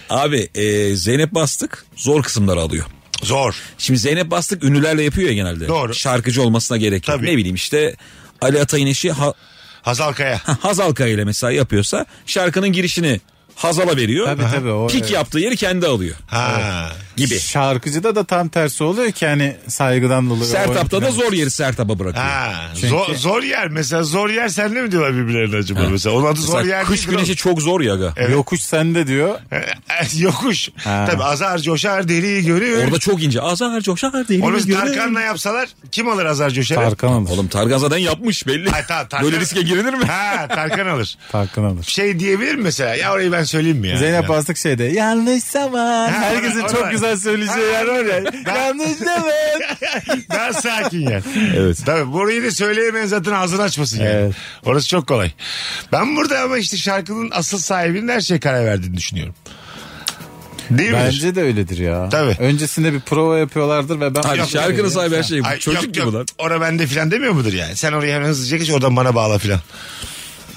Speaker 2: Abi e, Zeynep Bastık zor kısımları alıyor.
Speaker 1: Zor.
Speaker 2: Şimdi Zeynep Bastık ünlülerle yapıyor ya genelde.
Speaker 1: Doğru.
Speaker 2: Şarkıcı olmasına gerek yok.
Speaker 1: Tabii.
Speaker 2: Ne bileyim işte Ali Atay'ın eşi Ha-
Speaker 1: Hazal Kaya.
Speaker 2: Hazal Kaya ile mesela yapıyorsa şarkının girişini Hazal'a veriyor.
Speaker 3: Tabii,
Speaker 2: Aha.
Speaker 3: tabii, o,
Speaker 2: Pik
Speaker 3: evet.
Speaker 2: yaptığı yeri kendi alıyor
Speaker 1: Ha.
Speaker 2: gibi.
Speaker 3: Şarkıcıda da tam tersi oluyor ki hani saygıdan dolayı.
Speaker 2: Sertap'ta da
Speaker 3: oyun-
Speaker 2: zor yeri Sertap'a bırakıyor.
Speaker 1: Ha,
Speaker 3: Çünkü-
Speaker 1: zor, zor yer mesela zor yer sende mi diyorlar birbirlerine acaba mesela? Onun adı zor
Speaker 2: Mesela
Speaker 1: yer
Speaker 2: kış
Speaker 1: değil.
Speaker 2: güneşi çok zor ya. aga.
Speaker 3: Yokuş sende diyor.
Speaker 1: Yokuş.
Speaker 3: Ha.
Speaker 1: Tabii azar coşar deliği görüyor.
Speaker 2: Orada çok ince. Azar coşar değil.
Speaker 1: Onu biz Tarkan'la yapsalar kim alır azar coşarı?
Speaker 3: Tarkan alır.
Speaker 2: Oğlum Tarkan zaten yapmış belli.
Speaker 1: Ay, tamam, Tarkan-
Speaker 2: Böyle riske girilir mi?
Speaker 1: Ha Tarkan alır.
Speaker 3: Tarkan alır.
Speaker 1: Şey diyebilir mi mesela? Ya orayı ben söyleyeyim mi ya?
Speaker 3: Zeynep
Speaker 1: Ya.
Speaker 3: Bastık şeyde yanlış zaman.
Speaker 1: Ha,
Speaker 3: Herkesin
Speaker 1: orada-
Speaker 3: çok
Speaker 1: orada.
Speaker 3: güzel söyleyeceği
Speaker 1: Ha.
Speaker 3: yer var ya. yanlış zaman.
Speaker 1: Daha sakin yer.
Speaker 2: Evet.
Speaker 1: Tabii burayı da söyleyemeyen zaten ağzını açmasın yani.
Speaker 3: Evet.
Speaker 1: Orası çok kolay. Ben burada ama işte şarkının asıl sahibinin her şeye karar verdiğini düşünüyorum. Değil mi?
Speaker 3: Bence de öyledir ya.
Speaker 1: Tabii.
Speaker 3: Öncesinde bir prova yapıyorlardır ve ben...
Speaker 2: Abi
Speaker 3: Yok,
Speaker 2: şarkının
Speaker 3: yok.
Speaker 2: sahibi her şey.
Speaker 1: Ay,
Speaker 2: Çocuk
Speaker 1: yok,
Speaker 2: gibi
Speaker 1: yok.
Speaker 2: lan.
Speaker 1: Ora bende filan demiyor mudur yani? Sen oraya hemen hızlıca geç oradan bana bağla filan.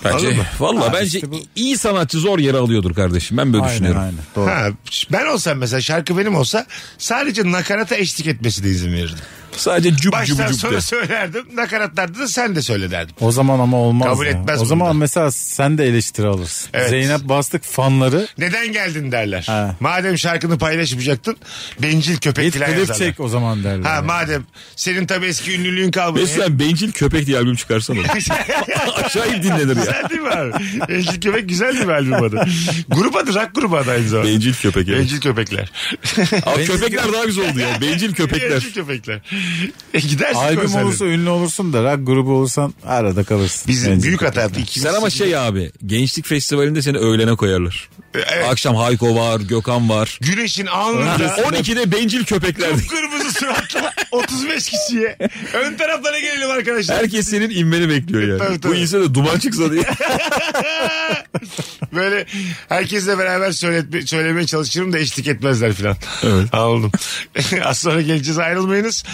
Speaker 1: Anladın
Speaker 2: Bence,
Speaker 1: mı?
Speaker 2: valla
Speaker 3: Abi
Speaker 2: bence
Speaker 3: işte bu-
Speaker 2: iyi sanatçı zor yere alıyordur kardeşim. Ben böyle
Speaker 3: Aynen
Speaker 2: düşünüyorum.
Speaker 3: aynen. Doğru.
Speaker 1: Ha, ben olsam mesela şarkı benim olsa sadece nakarata eşlik etmesine izin verirdim.
Speaker 2: Sadece cüp cüp
Speaker 1: Baştan
Speaker 2: cüp de.
Speaker 1: sonra söylerdim. Nakaratlarda da sen de söyle derdim.
Speaker 3: O zaman ama olmaz
Speaker 1: Kabul
Speaker 3: ya.
Speaker 1: etmez
Speaker 3: O zaman
Speaker 1: bunda.
Speaker 3: mesela sen de eleştiri alırsın.
Speaker 1: Evet.
Speaker 3: Zeynep Bastık fanları
Speaker 1: Neden geldin derler.
Speaker 3: Ha.
Speaker 1: Madem şarkını paylaşmayacaktın bencil köpek
Speaker 3: git
Speaker 1: filan
Speaker 3: klip
Speaker 1: yazarlar.
Speaker 3: çek o zaman derler.
Speaker 1: Ha
Speaker 3: yani.
Speaker 1: madem senin tabii eski ünlülüğün E, kalmadı.
Speaker 2: Mesela bencil köpek diye albüm çıkarsan olur. Acayip dinlenir ya.
Speaker 1: Güzel değil mi abi? Bencil köpek güzel değil mi albüm adı? grup adı rock grubu adı aynı zamanda.
Speaker 2: Bencil köpek evet.
Speaker 1: Bencil köpekler.
Speaker 2: Abi köpekler daha güzel oldu ya. Bencil köpekler.
Speaker 1: Bencil köpekler. E, gidersin
Speaker 3: Albüm
Speaker 1: konserlere.
Speaker 3: olursa ünlü olursun da rock grubu olsan arada kalırsın.
Speaker 1: Biz
Speaker 3: Bence.
Speaker 1: büyük hata yaptık. İkimiz-
Speaker 2: Sen ama şey abi gençlik festivalinde seni öğlene koyarlar.
Speaker 1: E, Evet.
Speaker 2: Akşam Hayko var, Gökhan var.
Speaker 1: Güneşin alnında
Speaker 2: 12'de bencil köpekler.
Speaker 1: kırmızı suratla 35 kişiye ön taraflara gelelim arkadaşlar.
Speaker 2: Herkes senin inmeni bekliyor yani.
Speaker 1: Tabii, tabii.
Speaker 2: Bu inse de duman çıksa diye.
Speaker 1: Böyle herkesle beraber söyletme, söylemeye çalışırım da eşlik etmezler filan.
Speaker 2: Evet.
Speaker 1: Anladım. Az sonra geleceğiz ayrılmayınız.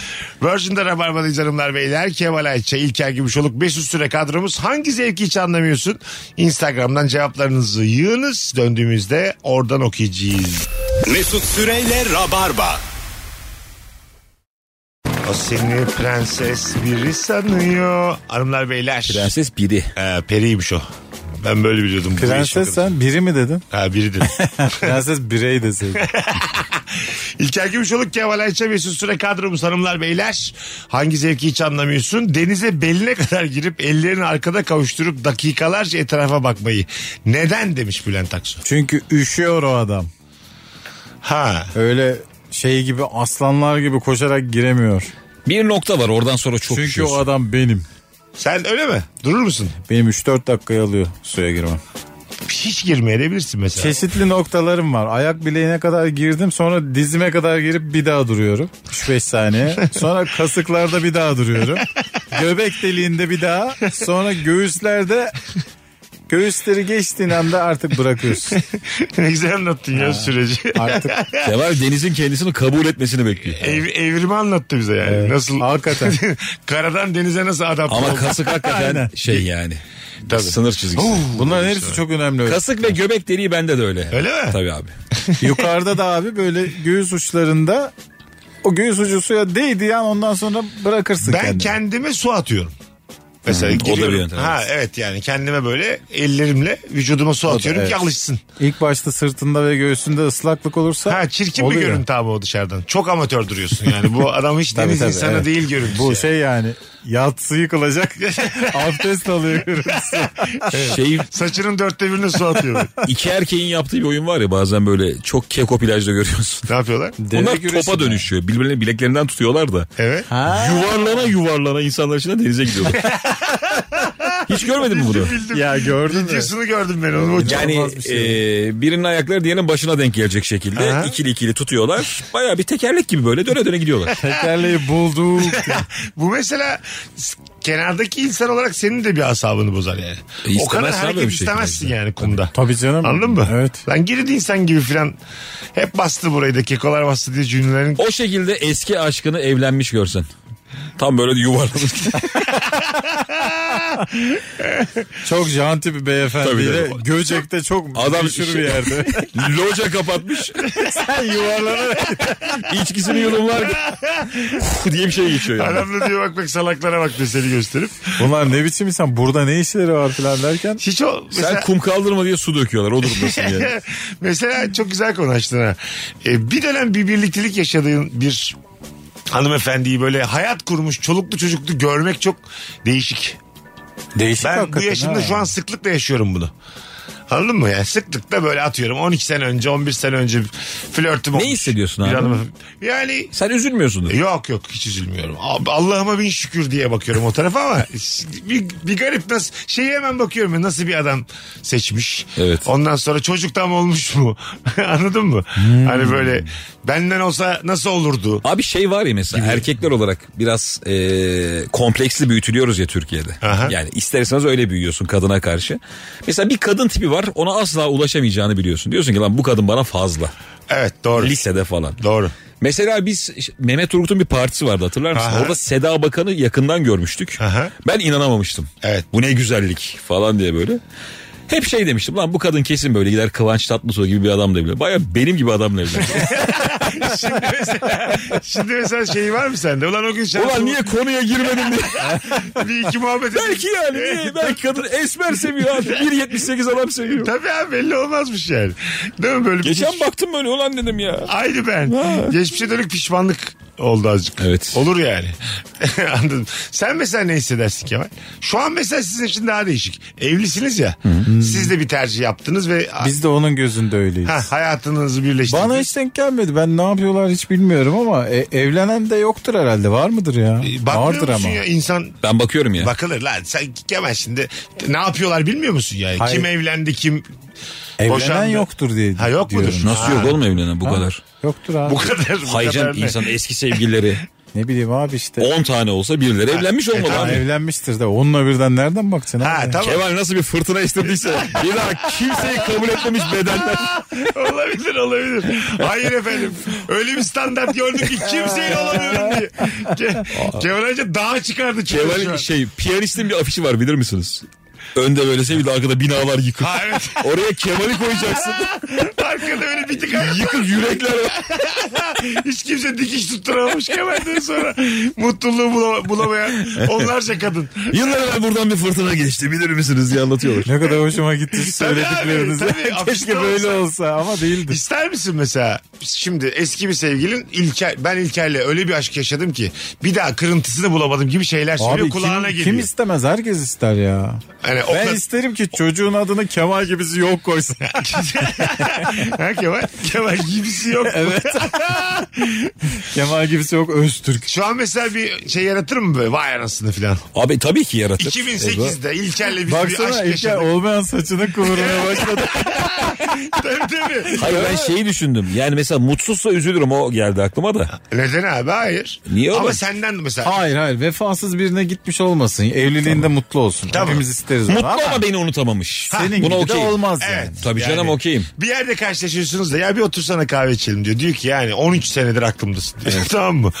Speaker 1: Virgin'de Rabarba'dayız hanımlar beyler. Kemal Ayça, İlker Gümüşoluk, Mesut Süre kadromuz. Hangi zevki hiç anlamıyorsun? Instagram'dan cevaplarınızı yığınız. Döndüğümüzde oradan okuyacağız.
Speaker 7: Mesut Süreyle Rabarba.
Speaker 1: O seni prenses biri sanıyor. Hanımlar beyler.
Speaker 2: Prenses biri.
Speaker 1: Ee, periymiş o. Ben böyle biliyordum. Bu
Speaker 3: Prenses
Speaker 1: iş bakalım.
Speaker 3: sen biri mi dedin?
Speaker 1: Ha biri dedim.
Speaker 3: Prenses birey deseydin.
Speaker 1: İlker Gümüşoluk, Kemal Ayça, Mesut Süre kadromuz hanımlar beyler. Hangi zevki hiç anlamıyorsun? Denize beline kadar girip ellerini arkada kavuşturup dakikalarca etrafa bakmayı. Neden demiş Bülent Aksu.
Speaker 3: Çünkü üşüyor o adam.
Speaker 1: Ha.
Speaker 3: Öyle şey gibi aslanlar gibi koşarak giremiyor.
Speaker 2: Bir nokta var oradan sonra çok
Speaker 3: Çünkü
Speaker 2: üşüyorsun.
Speaker 3: o adam benim.
Speaker 1: Sen öyle mi? Durur musun?
Speaker 3: Benim 3-4 dakikayı alıyor suya girmem.
Speaker 1: Hiç girmeyebilirsin mesela.
Speaker 3: Çeşitli noktalarım var. Ayak bileğine kadar girdim sonra dizime kadar girip bir daha duruyorum. 3-5 saniye. Sonra kasıklarda bir daha duruyorum. Göbek deliğinde bir daha. Sonra göğüslerde göğüsleri geçtiğin anda artık bırakıyorsun.
Speaker 1: ne güzel anlattın ya süreci.
Speaker 3: Artık
Speaker 2: Seval denizin kendisini kabul etmesini bekliyor.
Speaker 1: Ev, evrimi anlattı bize yani. Nasıl
Speaker 3: hakikaten.
Speaker 1: karadan denize nasıl adapte
Speaker 2: Ama
Speaker 1: oldu?
Speaker 2: kasık hakikaten şey yani. Sınır çizgisi.
Speaker 3: Bunların hepsi çok önemli.
Speaker 2: Kasık ve göbek deliği bende de öyle.
Speaker 1: Öyle mi?
Speaker 2: Tabii abi.
Speaker 3: Yukarıda da abi böyle göğüs uçlarında o göğüs ucu suya değdiği an ondan sonra bırakırsın
Speaker 1: Ben
Speaker 3: kendini.
Speaker 1: kendime su atıyorum. Mesela
Speaker 2: o da bir
Speaker 1: giriyorum.
Speaker 2: yöntem,
Speaker 1: Ha evet yani kendime böyle ellerimle vücuduma su atıyorum
Speaker 3: evet.
Speaker 1: ki alışsın.
Speaker 3: İlk başta sırtında ve göğsünde ıslaklık olursa
Speaker 1: Ha çirkin
Speaker 3: oluyor.
Speaker 1: bir görüntü abi o dışarıdan. Çok amatör duruyorsun yani. Bu adam hiç
Speaker 3: Tabii,
Speaker 1: deniz
Speaker 3: tabii,
Speaker 1: insanı
Speaker 3: evet.
Speaker 1: değil görüntüsü.
Speaker 3: Bu
Speaker 1: yani.
Speaker 3: şey yani yatsı yıkılacak abdest alıyor görüntüsü.
Speaker 2: Şey
Speaker 1: Saçının dörtte birine su atıyor.
Speaker 2: iki erkeğin yaptığı bir oyun var ya bazen böyle çok keko plajda görüyorsun.
Speaker 1: ne yapıyorlar?
Speaker 3: Deve
Speaker 2: Bunlar
Speaker 3: güreşi
Speaker 2: topa dönüşüyor. Birbirlerini bileklerinden tutuyorlar da.
Speaker 1: Evet.
Speaker 2: Yuvarlana yuvarlana insanlar içinde denize gidiyorlar. Hiç görmedin mi bunu?
Speaker 3: Ya gördün mü?
Speaker 1: Videosunu gördüm ben onu. Bu-
Speaker 2: Yani
Speaker 3: İnanılmaz bir şey
Speaker 2: e, birinin ayakları diğerinin başına denk gelecek şekilde
Speaker 1: Aha.
Speaker 2: ikili ikili tutuyorlar. Baya bir tekerlek gibi böyle döne döne gidiyorlar.
Speaker 3: Tekerleği bulduk.
Speaker 1: Bu mesela s- kenardaki insan olarak senin de bir asabını bozar yani.
Speaker 2: E,
Speaker 1: o kadar
Speaker 2: istemezsin abi
Speaker 1: hareket
Speaker 2: bir şey
Speaker 1: istemezsin
Speaker 2: yani.
Speaker 1: yani kumda.
Speaker 3: Tabii canım.
Speaker 1: Anladın mı?
Speaker 3: Evet.
Speaker 1: Lan girdi insan gibi filan. Hep bastı burayı da kekolar bastı diye cümlelerin
Speaker 2: O şekilde eski aşkını evlenmiş görsen. Tam böyle yuvarlanır.
Speaker 3: Çok janti bir
Speaker 2: Tabii,
Speaker 3: beyefendiyle
Speaker 2: tabii.
Speaker 3: Göcek'te çok
Speaker 2: Adam şey-
Speaker 3: Adam meşhur bir yerde.
Speaker 2: Loca kapatmış.
Speaker 3: Sen yuvarlanır.
Speaker 2: İçkisini yudumlar diye bir şey geçiyor yani.
Speaker 1: Adam da diyor bak bak salaklara bak diye seni gösterip.
Speaker 3: Bunlar ne biçim insan burada ne işleri var filan derken
Speaker 1: Hiç o
Speaker 2: Sen
Speaker 1: mesela,
Speaker 2: kum kaldırma diye su döküyorlar. O durumdasın yani.
Speaker 1: mesela çok güzel konu açtın ha. E, bir dönem bir birliktelik yaşadığın bir hanımefendiyi böyle hayat kurmuş çoluklu çocuklu görmek çok değişik.
Speaker 3: değişik
Speaker 1: Ben bu
Speaker 3: hakikaten
Speaker 1: yaşımda
Speaker 3: ha.
Speaker 1: şu an sıklıkla yaşıyorum bunu. Anladın mı? Yani sıklıkla böyle atıyorum 12 sene önce 11 sene önce flörtüm olmuş.
Speaker 2: hissediyorsun
Speaker 1: Bir
Speaker 2: abi?
Speaker 1: hanımefe- Yani
Speaker 2: Sen üzülmüyorsundur.
Speaker 1: E, Yok yok hiç üzülmüyorum. Ab- Allah'ıma bin şükür diye bakıyorum o tarafa ama bir, bir garip nasıl şeyi hemen bakıyorum ya, nasıl bir adam seçmiş.
Speaker 2: Evet.
Speaker 1: Ondan sonra çocuktan olmuş mu? Anladın mı?
Speaker 2: Hmm.
Speaker 1: Hani böyle benden olsa nasıl olurdu?
Speaker 2: Abi şey var ya mesela erkekler olarak biraz e, kompleksli büyütülüyoruz ya Türkiye'de.
Speaker 1: Aha.
Speaker 2: Yani ister istemez öyle büyüyorsun kadına karşı. Mesela bir kadın tipi var ona asla ulaşamayacağını biliyorsun. Diyorsun ki lan bu kadın bana fazla.
Speaker 1: Evet doğru.
Speaker 2: Lisede falan.
Speaker 1: Doğru.
Speaker 2: Mesela biz işte Mehmet Turgut'un bir partisi vardı hatırlar mısın?
Speaker 1: Aha.
Speaker 2: Orada Seda Bakan'ı yakından görmüştük.
Speaker 1: Aha.
Speaker 2: Ben inanamamıştım.
Speaker 1: Evet.
Speaker 2: Bu ne güzellik falan diye böyle. Hep şey demiştim lan bu kadın kesin böyle gider Kıvanç Tatlıtuğ gibi bir adamla evlenir. Baya benim gibi adamla evlenir.
Speaker 1: Şimdi mesela, şimdi mesela şey var mı sende? Ulan o gün şansım.
Speaker 2: Ulan niye konuya girmedim diye.
Speaker 1: Bir iki muhabbet edelim.
Speaker 2: Belki yani. Niye? Belki kadın esmer seviyor abi. 1.78 adam seviyor.
Speaker 1: Tabii abi belli olmazmış yani. Değil mi böyle? bir-
Speaker 2: Geçen baktım böyle ulan dedim ya.
Speaker 1: Aynı ben. Geçmişe dönük pişmanlık oldu azıcık.
Speaker 2: Evet.
Speaker 1: Olur yani. Anladın. Sen mesela ne hissedersin Kemal? Şu an mesela sizin için daha değişik. Evlisiniz ya. Siz de bir tercih yaptınız ve
Speaker 3: biz de onun gözünde öyleyiz.
Speaker 1: ha, hayatınızı birleştirdiniz.
Speaker 3: Bana hiç denk gelmedi. Ben ne yapıyorlar hiç bilmiyorum ama e, evlenen de yoktur herhalde. Var mıdır ya?
Speaker 1: E, Bakmıyor
Speaker 3: Vardır
Speaker 1: musun
Speaker 3: ama.
Speaker 1: ya insan
Speaker 2: Ben bakıyorum ya.
Speaker 1: bakılır lan. Sen Kemal şimdi ne yapıyorlar bilmiyor musun yani?
Speaker 3: Hayır.
Speaker 1: Kim evlendi kim
Speaker 3: Evlenen
Speaker 1: boşandı?
Speaker 3: yoktur diye.
Speaker 1: Ha, yok
Speaker 3: diyorum.
Speaker 1: mudur?
Speaker 2: Nasıl yok oğlum evlenen bu
Speaker 3: Ha,
Speaker 2: kadar?
Speaker 3: Yoktur abi.
Speaker 1: Bu kadar. bu
Speaker 2: Haycan
Speaker 1: kadar ne?
Speaker 2: insan eski sevgilileri
Speaker 3: Ne bileyim abi işte.
Speaker 2: 10 tane olsa birileri
Speaker 1: e,
Speaker 2: evlenmiş olmalı
Speaker 3: Ha,
Speaker 2: abi.
Speaker 3: evlenmiştir de onunla birden nereden bakacaksın?
Speaker 1: Ha
Speaker 3: abi?
Speaker 1: tamam.
Speaker 2: Kemal nasıl bir fırtına istediyse bir daha kimseyi kabul etmemiş bedenler.
Speaker 1: olabilir olabilir. Hayır efendim. Öyle bir standart gördük ki kimseyle olamıyorum diye. Ke Kemal Hoca dağa çıkardı. çıkıyor şu
Speaker 2: Kemal'in
Speaker 1: an.
Speaker 2: şey piyanistin bir afişi var bilir misiniz? Önde böyle sevgili arkada binalar yıkık.
Speaker 1: Ha evet.
Speaker 2: Oraya Kemal'i koyacaksın.
Speaker 1: Arkada öyle bir tık ayak.
Speaker 2: Yıkık yürekler var.
Speaker 1: Hiç kimse dikiş tutturamamış Kemal'den sonra. Mutluluğu bula- bulamayan onlarca kadın.
Speaker 2: Yıllar evvel buradan bir fırtına geçti bilir misiniz diye anlatıyorlar.
Speaker 3: Ne kadar hoşuma gitti şu
Speaker 1: Tabii abi,
Speaker 3: söyledikleriniz.
Speaker 1: tabii. Afişte
Speaker 3: Keşke böyle
Speaker 1: olsa.
Speaker 3: olsa ama değildi.
Speaker 1: İster misin mesela şimdi eski bir sevgilin İlker, ben İlker'le öyle bir aşk yaşadım ki bir daha kırıntısını bulamadım gibi şeyler söylüyor
Speaker 3: Abi kim,
Speaker 1: kulağına
Speaker 3: kim
Speaker 1: geliyor.
Speaker 3: istemez? Herkes ister ya.
Speaker 1: Hani o
Speaker 3: Ben
Speaker 1: kadar-
Speaker 3: isterim ki çocuğun adını Kemal gibisi yok koysun.
Speaker 1: ha, Kemal, Kemal gibisi yok. evet.
Speaker 3: Kemal gibisi yok Öztürk.
Speaker 1: Şu an mesela bir şey yaratır mı böyle vay anasını filan.
Speaker 2: Abi tabii ki yaratır.
Speaker 1: 2008'de İlker'le biz bir
Speaker 3: Baksana
Speaker 1: aşk
Speaker 3: İlker
Speaker 1: yaşadık.
Speaker 3: olmayan saçını kıvırmaya başladı.
Speaker 1: tabii tabii.
Speaker 2: Hayır ben şeyi düşündüm. Yani mesela mutsuzsa üzülürüm o geldi aklıma da.
Speaker 1: Neden abi hayır.
Speaker 2: Niye
Speaker 1: Ama
Speaker 2: oğlum?
Speaker 1: senden mesela.
Speaker 3: hayır hayır vefasız birine gitmiş olmasın. Evliliğinde mutlu olsun.
Speaker 1: Tamam.
Speaker 3: Hepimiz isteriz
Speaker 2: Mutlu
Speaker 3: onu ama
Speaker 2: ama beni unutamamış.
Speaker 3: senin gibi
Speaker 2: Buna
Speaker 3: de
Speaker 2: okeyim.
Speaker 3: olmaz
Speaker 1: Evet.
Speaker 3: yani.
Speaker 2: Tabii
Speaker 1: Yani-
Speaker 2: canım okeyim.
Speaker 1: Bir yerde karşılaşıyorsunuz da ya bir otursana kahve içelim diyor. Diyor ki yani 13 senedir aklımdasın. diyor. tamam mı?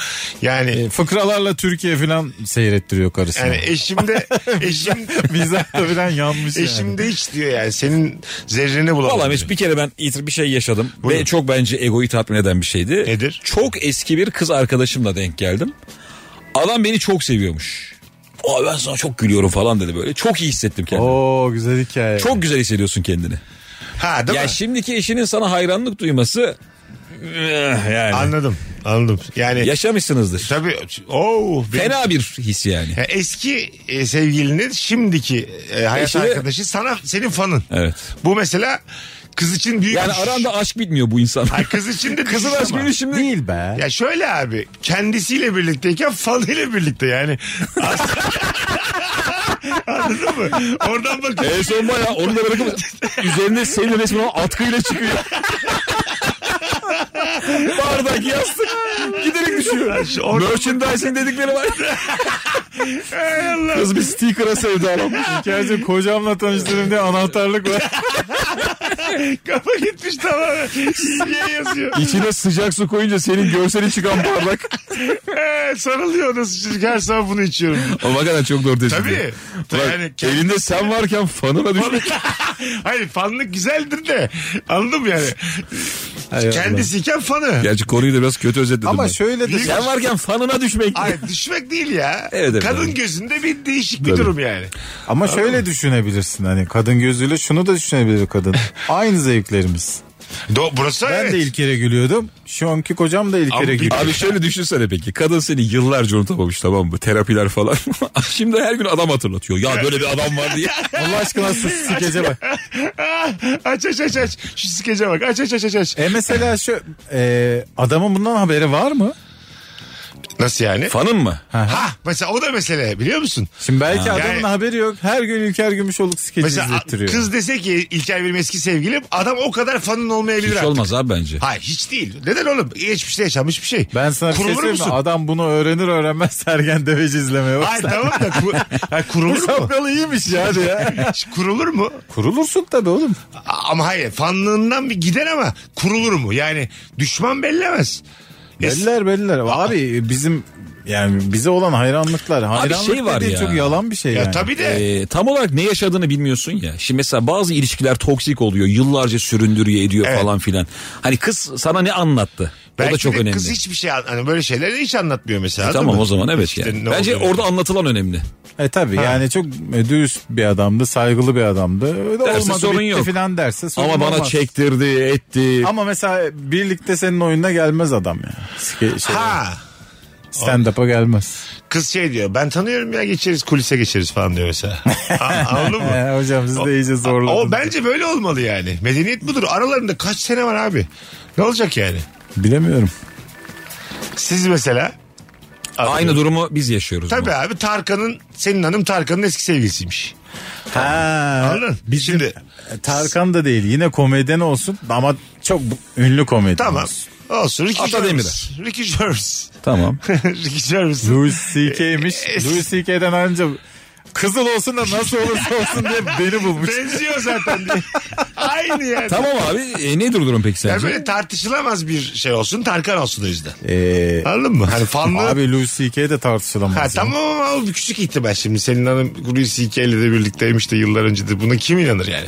Speaker 1: Yani
Speaker 3: E, Fıkralarla Türkiye falan seyrettiriyor karısını.
Speaker 1: yani eşim de eşim
Speaker 2: şey
Speaker 3: Mizah da falan yanmış
Speaker 1: eşim de hiç diyor yani senin zerrini bulamadım.
Speaker 2: Valla
Speaker 1: diyor.
Speaker 2: bir kere ben it- bir şey yaşadım.
Speaker 1: Buyurun.
Speaker 2: Ve çok bence egoyu tatmin eden bir şeydi.
Speaker 1: Nedir?
Speaker 2: Çok eski bir kız arkadaşımla denk geldim. Adam beni çok seviyormuş. Aa ben sana çok gülüyorum falan dedi böyle. Çok iyi hissettim
Speaker 3: yani.
Speaker 2: kendimi.
Speaker 3: Oo güzel hikaye.
Speaker 2: Çok güzel hissediyorsun kendini.
Speaker 1: Ha değil
Speaker 2: ya
Speaker 1: mi?
Speaker 2: şimdiki eşinin sana hayranlık duyması eh, yani
Speaker 1: Anladım. Anladım. Yani
Speaker 2: yaşamışsınızdır.
Speaker 1: tabii Oo, benim-
Speaker 2: Fena bir his yani.
Speaker 1: Ya eski e, sevgilinin şimdiki e, hayat
Speaker 2: Eşini-
Speaker 1: arkadaşı sana senin fanın.
Speaker 2: Evet.
Speaker 1: Bu mesela kız için büyük
Speaker 2: Yani
Speaker 1: bir-
Speaker 2: aranda aşk bitmiyor bu insan.
Speaker 1: Ay, kız için de
Speaker 2: Kızın
Speaker 1: düşüş
Speaker 2: aşkı
Speaker 1: ama.
Speaker 2: bitmiyor şimdi.
Speaker 3: Değil be.
Speaker 1: Ya şöyle abi kendisiyle birlikteyken fanıyla birlikte yani. Anladın mı? Oradan bakın.
Speaker 2: En son bayağı onu da bırakıp üzerine senin resmin o atkıyla çıkıyor. Bardak yastık giderek düşüyor.
Speaker 1: Şu orada-
Speaker 2: Merchandising dedikleri var. Kız bir sticker'a sevdalanmış.
Speaker 3: Gerçi kocamla tanıştırdım diye anahtarlık var.
Speaker 1: Kafa gitmiş tamamen. Siye yazıyor.
Speaker 2: İçine sıcak su koyunca senin görseli çıkan bardak.
Speaker 1: Ee, sarılıyor nasıl çocuk. Her sabah bunu içiyorum.
Speaker 2: o kadar çok doğru tespit.
Speaker 1: Tabii.
Speaker 2: Bak,
Speaker 1: Yani kendi-
Speaker 2: elinde sen varken fanına düşmek.
Speaker 1: Hayır fanlık güzeldir de. Anladın mı yani? Kendisiyken fanı.
Speaker 2: Gerçi konuyu da biraz kötü özetledim
Speaker 3: Ama
Speaker 2: ben.
Speaker 3: şöyle de
Speaker 1: Büyük-
Speaker 2: Sen varken fanına düşmek.
Speaker 1: Ay düşmek değil ya.
Speaker 2: Evet, evet.
Speaker 1: Kadın gözünde bir değişik bir
Speaker 2: Tabii.
Speaker 1: durum yani.
Speaker 3: ama şöyle düşünebilirsin hani kadın gözüyle şunu da düşünebilir kadın. Aynı zevklerimiz.
Speaker 1: Do burası
Speaker 3: Ben
Speaker 1: evet.
Speaker 3: de ilk kere gülüyordum. Şu anki kocam da ilk
Speaker 1: Ama
Speaker 3: kere
Speaker 1: bir-
Speaker 3: gülüyor.
Speaker 2: Abi şöyle düşünsene peki. Kadın seni yıllarca unutamamış tamam mı? Terapiler falan. Şimdi her gün adam hatırlatıyor. Ya böyle bir adam var diye.
Speaker 3: Allah aşkına sus sikece bak.
Speaker 1: Ah, aç aç aç aç. Şu skece bak. Aç aç aç aç, aç.
Speaker 3: E mesela şu e, adamın bundan haberi var mı?
Speaker 1: Nasıl yani?
Speaker 2: Fanın mı?
Speaker 1: Ha mesela o da mesele biliyor musun?
Speaker 3: Şimdi belki adamın
Speaker 1: Yani-
Speaker 3: haberi yok. Her gün İlker Gümüşoluk skeci
Speaker 1: Mesela
Speaker 3: izlettiriyor.
Speaker 1: kız dese ki İlker benim eski sevgilim adam o kadar fanın olmayabilir
Speaker 2: Hiç
Speaker 1: artık.
Speaker 2: olmaz abi bence.
Speaker 1: Hayır hiç değil. Neden oğlum? Geçmişte yaşanmış bir şey.
Speaker 3: Ben sana bir şey
Speaker 1: Kurulur
Speaker 3: söyleyeyim mi?
Speaker 1: musun?
Speaker 3: Adam bunu öğrenir öğrenmez Sergen Deveci izlemeye
Speaker 1: Hayır
Speaker 3: başlar.
Speaker 1: tamam da ku- Ha, kurulur mu?
Speaker 3: Sapyalı iyiymiş yani ya.
Speaker 1: kurulur mu?
Speaker 3: Kurulursun tabii oğlum.
Speaker 1: Ama hayır fanlığından bir gider ama kurulur mu? Yani düşman bellemez. Es-
Speaker 3: Belliler belliler. Abi bizim yani bize olan hayranlıklar. Hayranlık
Speaker 2: şey var
Speaker 3: dediğin
Speaker 2: ya.
Speaker 3: çok yalan bir şey
Speaker 1: Ya
Speaker 3: yani.
Speaker 1: tabii de.
Speaker 2: Ee, tam olarak ne yaşadığını bilmiyorsun ya. Şimdi mesela bazı ilişkiler toksik oluyor. Yıllarca süründürüyor ediyor
Speaker 1: Evet.
Speaker 2: falan filan. Hani kız sana ne anlattı?
Speaker 1: Belki
Speaker 2: o da çok
Speaker 1: de
Speaker 2: önemli. E,
Speaker 1: Kız hiçbir şey an- hani böyle şeyleri hiç anlatmıyor mesela. anladın
Speaker 2: Tamam
Speaker 1: mı?
Speaker 2: o zaman evet
Speaker 1: İşte
Speaker 2: yani.
Speaker 1: ne
Speaker 2: Bence
Speaker 1: oluyor?
Speaker 2: orada anlatılan önemli.
Speaker 3: E tabii yani çok e, dürüst bir adamdı, saygılı bir adamdı. Öyle
Speaker 2: Derse
Speaker 3: olmadı
Speaker 2: sorun
Speaker 3: bitti
Speaker 2: yok.
Speaker 3: filan derse sorun
Speaker 2: Ama bana
Speaker 3: olmaz.
Speaker 2: çektirdi, etti.
Speaker 3: Ama mesela birlikte senin oyununa gelmez adam ya. Ske- Şey,
Speaker 1: Ha
Speaker 3: Stand up'a gelmez.
Speaker 1: kız şey diyor ben tanıyorum ya geçeriz kulise geçeriz falan diyor mesela. A- Anladın mı?
Speaker 3: He, E, hocam siz
Speaker 1: O-
Speaker 3: de iyice zorladınız.
Speaker 1: O bence böyle olmalı yani. Medeniyet budur. Aralarında kaç sene var abi? Ne olacak yani?
Speaker 3: Bilemiyorum.
Speaker 1: Siz mesela
Speaker 2: Aynı durumu biz yaşıyoruz.
Speaker 1: Tabii
Speaker 2: ama.
Speaker 1: abi Tarkan'ın senin hanım Tarkan'ın eski sevgilisiymiş.
Speaker 3: Ha,
Speaker 1: Anladın? Şimdi
Speaker 3: Tarkan da değil yine komedyen olsun ama çok bu- ünlü komedyen
Speaker 1: tamam.
Speaker 3: olsun.
Speaker 1: Olsun Ricky
Speaker 2: Ata
Speaker 1: Gervais. Ricky Gervais.
Speaker 2: Tamam.
Speaker 1: Ricky Gervais.
Speaker 3: Louis C.K.'miş.
Speaker 1: Es-
Speaker 3: Louis C.K'den anca kızıl olsun da nasıl olursa olsun diye beni bulmuş.
Speaker 1: Benziyor zaten diye. Aynı yani.
Speaker 2: tamam abi. E, nedir durum peki
Speaker 1: Yani
Speaker 2: sence?
Speaker 1: böyle tartışılamaz bir şey olsun Tarkan olsun o yüzden.
Speaker 3: Ee,
Speaker 2: E,
Speaker 1: Anladın mı? Hani fanlığı...
Speaker 3: abi Louis C.K. de tartışılamaz.
Speaker 1: Ha,
Speaker 3: ya.
Speaker 1: tamam ama o bir küçük ihtimal şimdi. Senin hanım Louis C.K. ile de birlikteymiş de yıllar önce de. Buna kim inanır yani?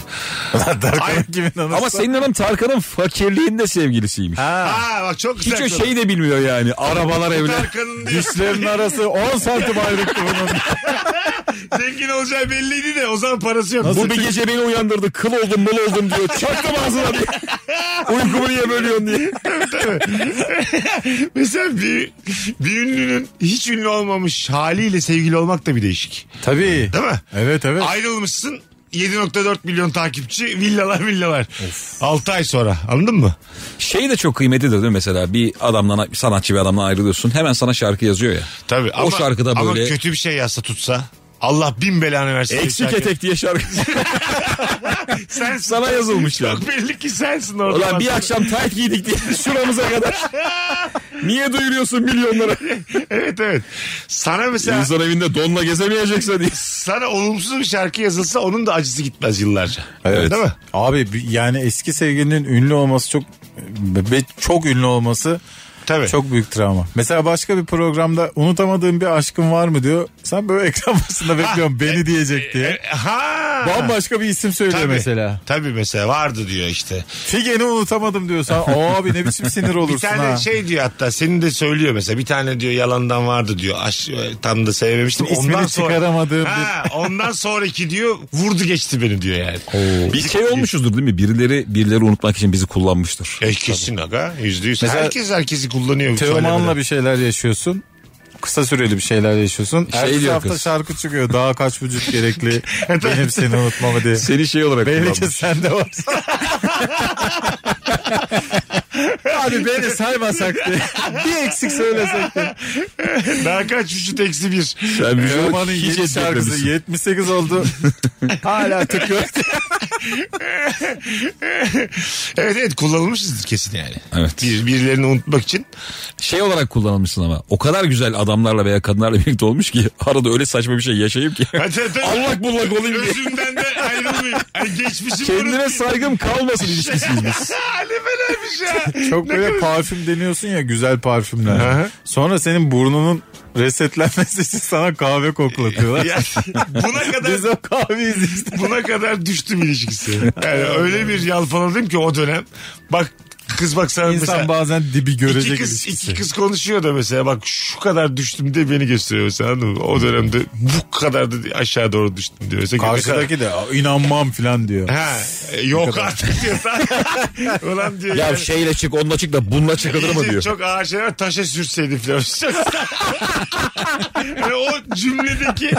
Speaker 3: Tarkan'ın
Speaker 1: Ay-
Speaker 3: kimin anası?
Speaker 2: Ama senin hanım Tarkan'ın fakirliğinde sevgilisiymiş.
Speaker 3: Ha.
Speaker 1: Aa bak çok güzel.
Speaker 2: Hiç o şey
Speaker 1: konu.
Speaker 2: şeyi de bilmiyor yani. Arabalar evler.
Speaker 1: Tarkan'ın diye
Speaker 3: Dişlerin arası 10 santim ayrıktı bunun.
Speaker 1: zengin olacağı belliydi de o zaman parası yok.
Speaker 2: Bu bir gece beni uyandırdı. Kıl oldum mıl oldum diyor. Çaktım ağzına diye. Uykumu niye bölüyorsun diye.
Speaker 1: Mesela bir, bir ünlünün hiç ünlü olmamış haliyle sevgili olmak da bir değişik.
Speaker 3: Tabii.
Speaker 1: Değil mi?
Speaker 3: Evet evet.
Speaker 1: Ayrılmışsın 7.4 milyon takipçi villalar villalar. 6 ay sonra anladın mı?
Speaker 2: Şey de çok kıymetlidir değil mi mesela? Bir adamdan, bir sanatçı bir adamdan ayrılıyorsun. Hemen sana şarkı yazıyor ya.
Speaker 1: Tabii
Speaker 2: O şarkıda
Speaker 1: ama
Speaker 2: böyle-
Speaker 1: kötü bir şey yazsa tutsa Allah bin belanı versin.
Speaker 2: Eksik
Speaker 1: Şarkı-
Speaker 2: etek diye şarkı.
Speaker 1: Sensin.
Speaker 2: Sana yazılmış yani.
Speaker 1: Çok belli ki sensin orada.
Speaker 2: Ulan bir akşam tayt giydik diye şuramıza kadar. Niye duyuruyorsun milyonlara?
Speaker 1: Evet evet. Sana mesela
Speaker 2: İnsan evinde donla gezemeyeceksin diye.
Speaker 1: sana olumsuz bir şarkı yazılsa onun da acısı gitmez yıllarca. Değil mi?
Speaker 3: Abi bi- yani eski sevgilinin ünlü olması çok ve çok ünlü olması
Speaker 1: Tabii.
Speaker 3: çok büyük travma. Mesela başka bir programda unutamadığın bir aşkın var mı diyor. Sen böyle ekran başında bekliyorum beni diyecek diye.
Speaker 1: E, ha.
Speaker 3: Bambaşka bir isim söylüyor
Speaker 1: Tabii.
Speaker 3: mesela.
Speaker 1: Tabii mesela vardı diyor işte.
Speaker 3: Figen'i unutamadım diyorsan abi ne biçim sinir olursun
Speaker 1: Bir tane
Speaker 3: ha.
Speaker 1: şey diyor hatta senin de söylüyor mesela bir tane diyor yalandan vardı diyor. Aş, e, tam da sevmemiştim.
Speaker 3: İsmini çıkaramadığım bir-
Speaker 1: ha, ondan sonraki diyor vurdu geçti beni diyor yani. E,
Speaker 2: Bir şey olmuşuzdur değil mi? Birileri birileri unutmak için bizi kullanmıştır.
Speaker 1: E, kesin aga yüzde yüz.
Speaker 3: Mesela-
Speaker 1: Herkes herkesi kullanıyor.
Speaker 3: Teoman'la bir şeyler yaşıyorsun. Kısa süreli bir şeyler yaşıyorsun.
Speaker 2: Şey
Speaker 3: Ertesi
Speaker 2: diyor
Speaker 3: hafta
Speaker 2: kız.
Speaker 3: şarkı çıkıyor. Daha kaç vücut gerekli benim seni unutmamı diye.
Speaker 2: Seni şey olarak
Speaker 3: Belki
Speaker 2: kullanmış.
Speaker 3: sende var. Abi beni saymasak diye. Bir eksik söylesek diye.
Speaker 1: Daha kaç vücut eksi bir.
Speaker 2: Sen bir şey
Speaker 3: Teoman'ın
Speaker 2: hiç
Speaker 3: yeni şarkısı
Speaker 2: etmemişsin.
Speaker 3: 78 oldu. Hala tık yok.
Speaker 1: Evet evet kullanılmışızdır kesin yani.
Speaker 2: Evet.
Speaker 1: Bir, birilerini unutmak için.
Speaker 2: Şey olarak kullanılmışsın ama. O kadar güzel adamlarla veya kadınlarla birlikte olmuş ki. Arada öyle saçma bir şey yaşayıp ki.
Speaker 1: Hadi, hadi.
Speaker 2: Allak bullak olayım diye.
Speaker 1: Özümden de hani ayrılmayayım. Hani geçmişimi
Speaker 2: Kendine
Speaker 1: unutmayayım.
Speaker 2: saygım kalmasın ilişkisiyiz biz.
Speaker 1: ne böyleymiş ya.
Speaker 3: Çok
Speaker 1: Ne
Speaker 3: böyle
Speaker 1: kadar-
Speaker 3: parfüm deniyorsun ya güzel
Speaker 1: Hı
Speaker 3: parfümler.
Speaker 1: hı.
Speaker 3: Sonra senin burnunun resetlenmesi için sana kahve koklatıyorlar.
Speaker 1: Ya, buna kadar
Speaker 3: Biz o kahveyi işte.
Speaker 1: buna kadar düştüm ilişkisi. Yani öyle bir yalpaladım ki o dönem. Bak kız bak sana mesela.
Speaker 3: İnsan bazen dibi görecek
Speaker 1: İki kız,
Speaker 3: ilişkisi.
Speaker 1: iki kız konuşuyor da mesela bak şu kadar düştüm diye beni gösteriyor mesela anladın mı? O dönemde bu kadar da aşağı doğru düştüm diyor. Mesela
Speaker 3: Karşıdaki de "Aa, inanmam falan diyor.
Speaker 1: Ha, e, yok artık diyor. Ulan diyor.
Speaker 2: Ya
Speaker 1: yani.
Speaker 2: şeyle çık onunla çık da bununla çıkılır mı
Speaker 1: İyice
Speaker 2: diyor.
Speaker 1: Çok ağır şeyler taşa sürseydi falan. yani o cümledeki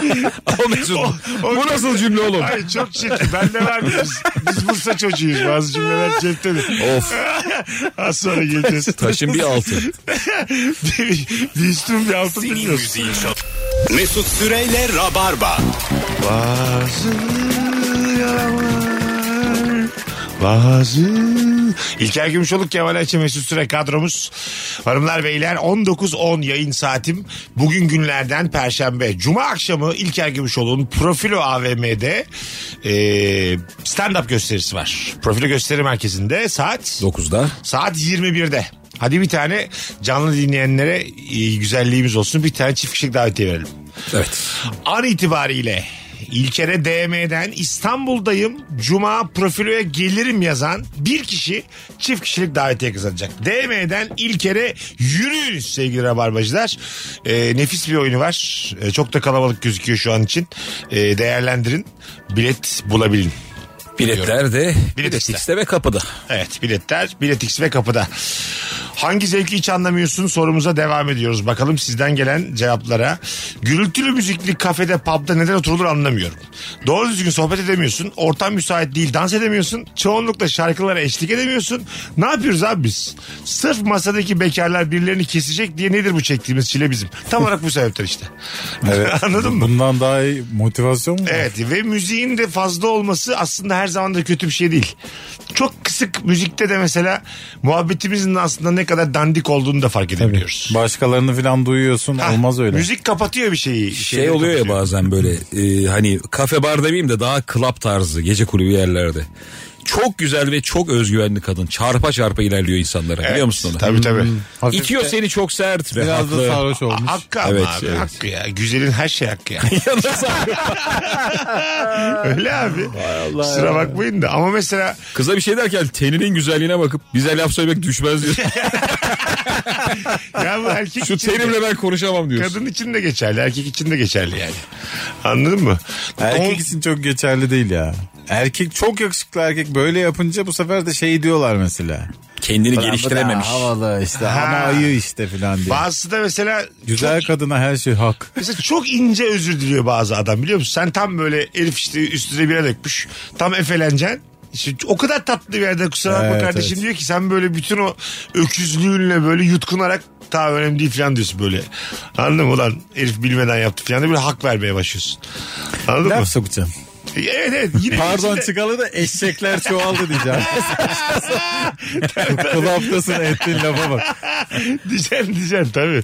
Speaker 2: O Mesut,
Speaker 1: O- o-
Speaker 2: bu nasıl cümle oğlum?
Speaker 1: Ay çok çirkin. Ben de vardı. Biz, biz Bursa çocuğuyuz. Bazı cümleler ceptedir.
Speaker 2: Of
Speaker 1: Az sonra geleceğiz.
Speaker 2: taşın bir altı.
Speaker 1: bir, bir üstün bir altın bilmiyoruz.
Speaker 7: Müziğin şov. Mesut Süreyle Rabarba.
Speaker 1: Bazı yalanlar, bazı... İlker Gümüşoluk, Kemal Ayça Mesut Süre kadromuz. Hanımlar beyler 19.10 yayın saatim. Bugün günlerden Perşembe. Cuma akşamı İlker Gümüşoluk'un Profilo AVM'de e, stand-up gösterisi var. Profilo Gösteri Merkezi'nde saat...
Speaker 2: 9'da.
Speaker 1: Saat 21'de. Hadi bir tane canlı dinleyenlere e, güzelliğimiz olsun. Bir tane çift kişilik davetiye verelim.
Speaker 2: Evet.
Speaker 1: An itibariyle İlker'e DM'den İstanbul'dayım Cuma profiloya gelirim yazan bir kişi çift kişilik davetiye kazanacak. DM'den İlker'e yürüyünüz sevgili rabarbacılar. Ee, nefis bir oyunu var. Ee, çok da kalabalık gözüküyor şu an için. Ee, değerlendirin. Bilet bulabilin.
Speaker 2: Biletler de
Speaker 1: Bilet X'te.
Speaker 2: Bilet X'te ve kapıda.
Speaker 1: Evet biletler Bilet X ve kapıda. Hangi zevki hiç anlamıyorsun sorumuza devam ediyoruz. Bakalım sizden gelen cevaplara. Gürültülü müzikli kafede pubda neden oturulur anlamıyorum. Doğru düzgün sohbet edemiyorsun. Ortam müsait değil dans edemiyorsun. Çoğunlukla şarkılara eşlik edemiyorsun. Ne yapıyoruz abi biz? Sırf masadaki bekarlar birilerini kesecek diye nedir bu çektiğimiz çile bizim? Tam olarak bu sebepten işte. Anladın mı?
Speaker 3: Bundan daha iyi motivasyon mu? var?
Speaker 1: Evet ve müziğin de fazla olması aslında her zaman da kötü bir şey değil. Çok kısık müzikte de mesela muhabbetimizin aslında ne kadar dandik olduğunu da fark edebiliyoruz.
Speaker 3: Başkalarını falan duyuyorsun
Speaker 1: Ha,
Speaker 3: olmaz öyle.
Speaker 1: Müzik kapatıyor bir şeyi. bir
Speaker 2: Şey
Speaker 1: şeyleri
Speaker 2: oluyor ya
Speaker 1: kapatıyor.
Speaker 2: bazen böyle e, hani kafe bar demeyeyim de daha club tarzı gece kulübü yerlerde. Çok güzel ve çok özgüvenli kadın. Çarpa çarpa ilerliyor insanlara
Speaker 1: Evet,
Speaker 2: biliyor musun onu?
Speaker 1: Tabii tabii.
Speaker 3: Hafif
Speaker 2: İtiyor seni çok sert ve
Speaker 3: Biraz da
Speaker 2: haklı.
Speaker 3: sarhoş olmuş.
Speaker 1: Hakkı ama
Speaker 2: Evet,
Speaker 1: abi
Speaker 2: evet.
Speaker 1: hakkı ya. Güzelin her şey hakkı ya. Öyle abi. Sıra bakmayın da ama mesela
Speaker 2: Kıza bir şey derken teninin güzelliğine bakıp bize laf söylemek düşmez diyor.
Speaker 1: ya bu erkek
Speaker 2: Şu
Speaker 1: için de-
Speaker 2: tenimle ben konuşamam diyorsun.
Speaker 1: kadın için de geçerli erkek için de geçerli yani. Anladın mı?
Speaker 3: Erkek
Speaker 1: On-
Speaker 3: için çok geçerli değil ya. Erkek çok yakışıklı erkek böyle yapınca bu sefer de şey diyorlar mesela.
Speaker 2: Kendini
Speaker 3: Falan, bu da
Speaker 2: geliştirememiş.
Speaker 3: Havalı işte
Speaker 1: Ha.
Speaker 3: ama ayı işte filan diye.
Speaker 1: Bazısı da mesela
Speaker 3: Güzel kadına her şey hak.
Speaker 1: Mesela çok ince özür diliyor bazı adam biliyor musun? Sen tam böyle Elif işte üstüne bira dökmüş. Tam efeleneceksin. İşte o kadar tatlı bir yerde kusura bakma
Speaker 3: Evet,
Speaker 1: kardeşim
Speaker 3: evet.
Speaker 1: diyor ki sen böyle bütün o öküzlüğünle böyle yutkunarak daha önemli değil falan diyorsun böyle. Anladın mı ulan Elif bilmeden yaptı falan diye böyle hak vermeye başlıyorsun. Anladın mı?
Speaker 3: Laf sokacağım.
Speaker 1: Evet evet yine
Speaker 3: Pardon
Speaker 1: içinde-
Speaker 3: çıkalı da eşekler çoğaldı diyeceğim. Kulaptasın ettiğin lafa bak.
Speaker 1: diyeceksin diyeceksin tabii.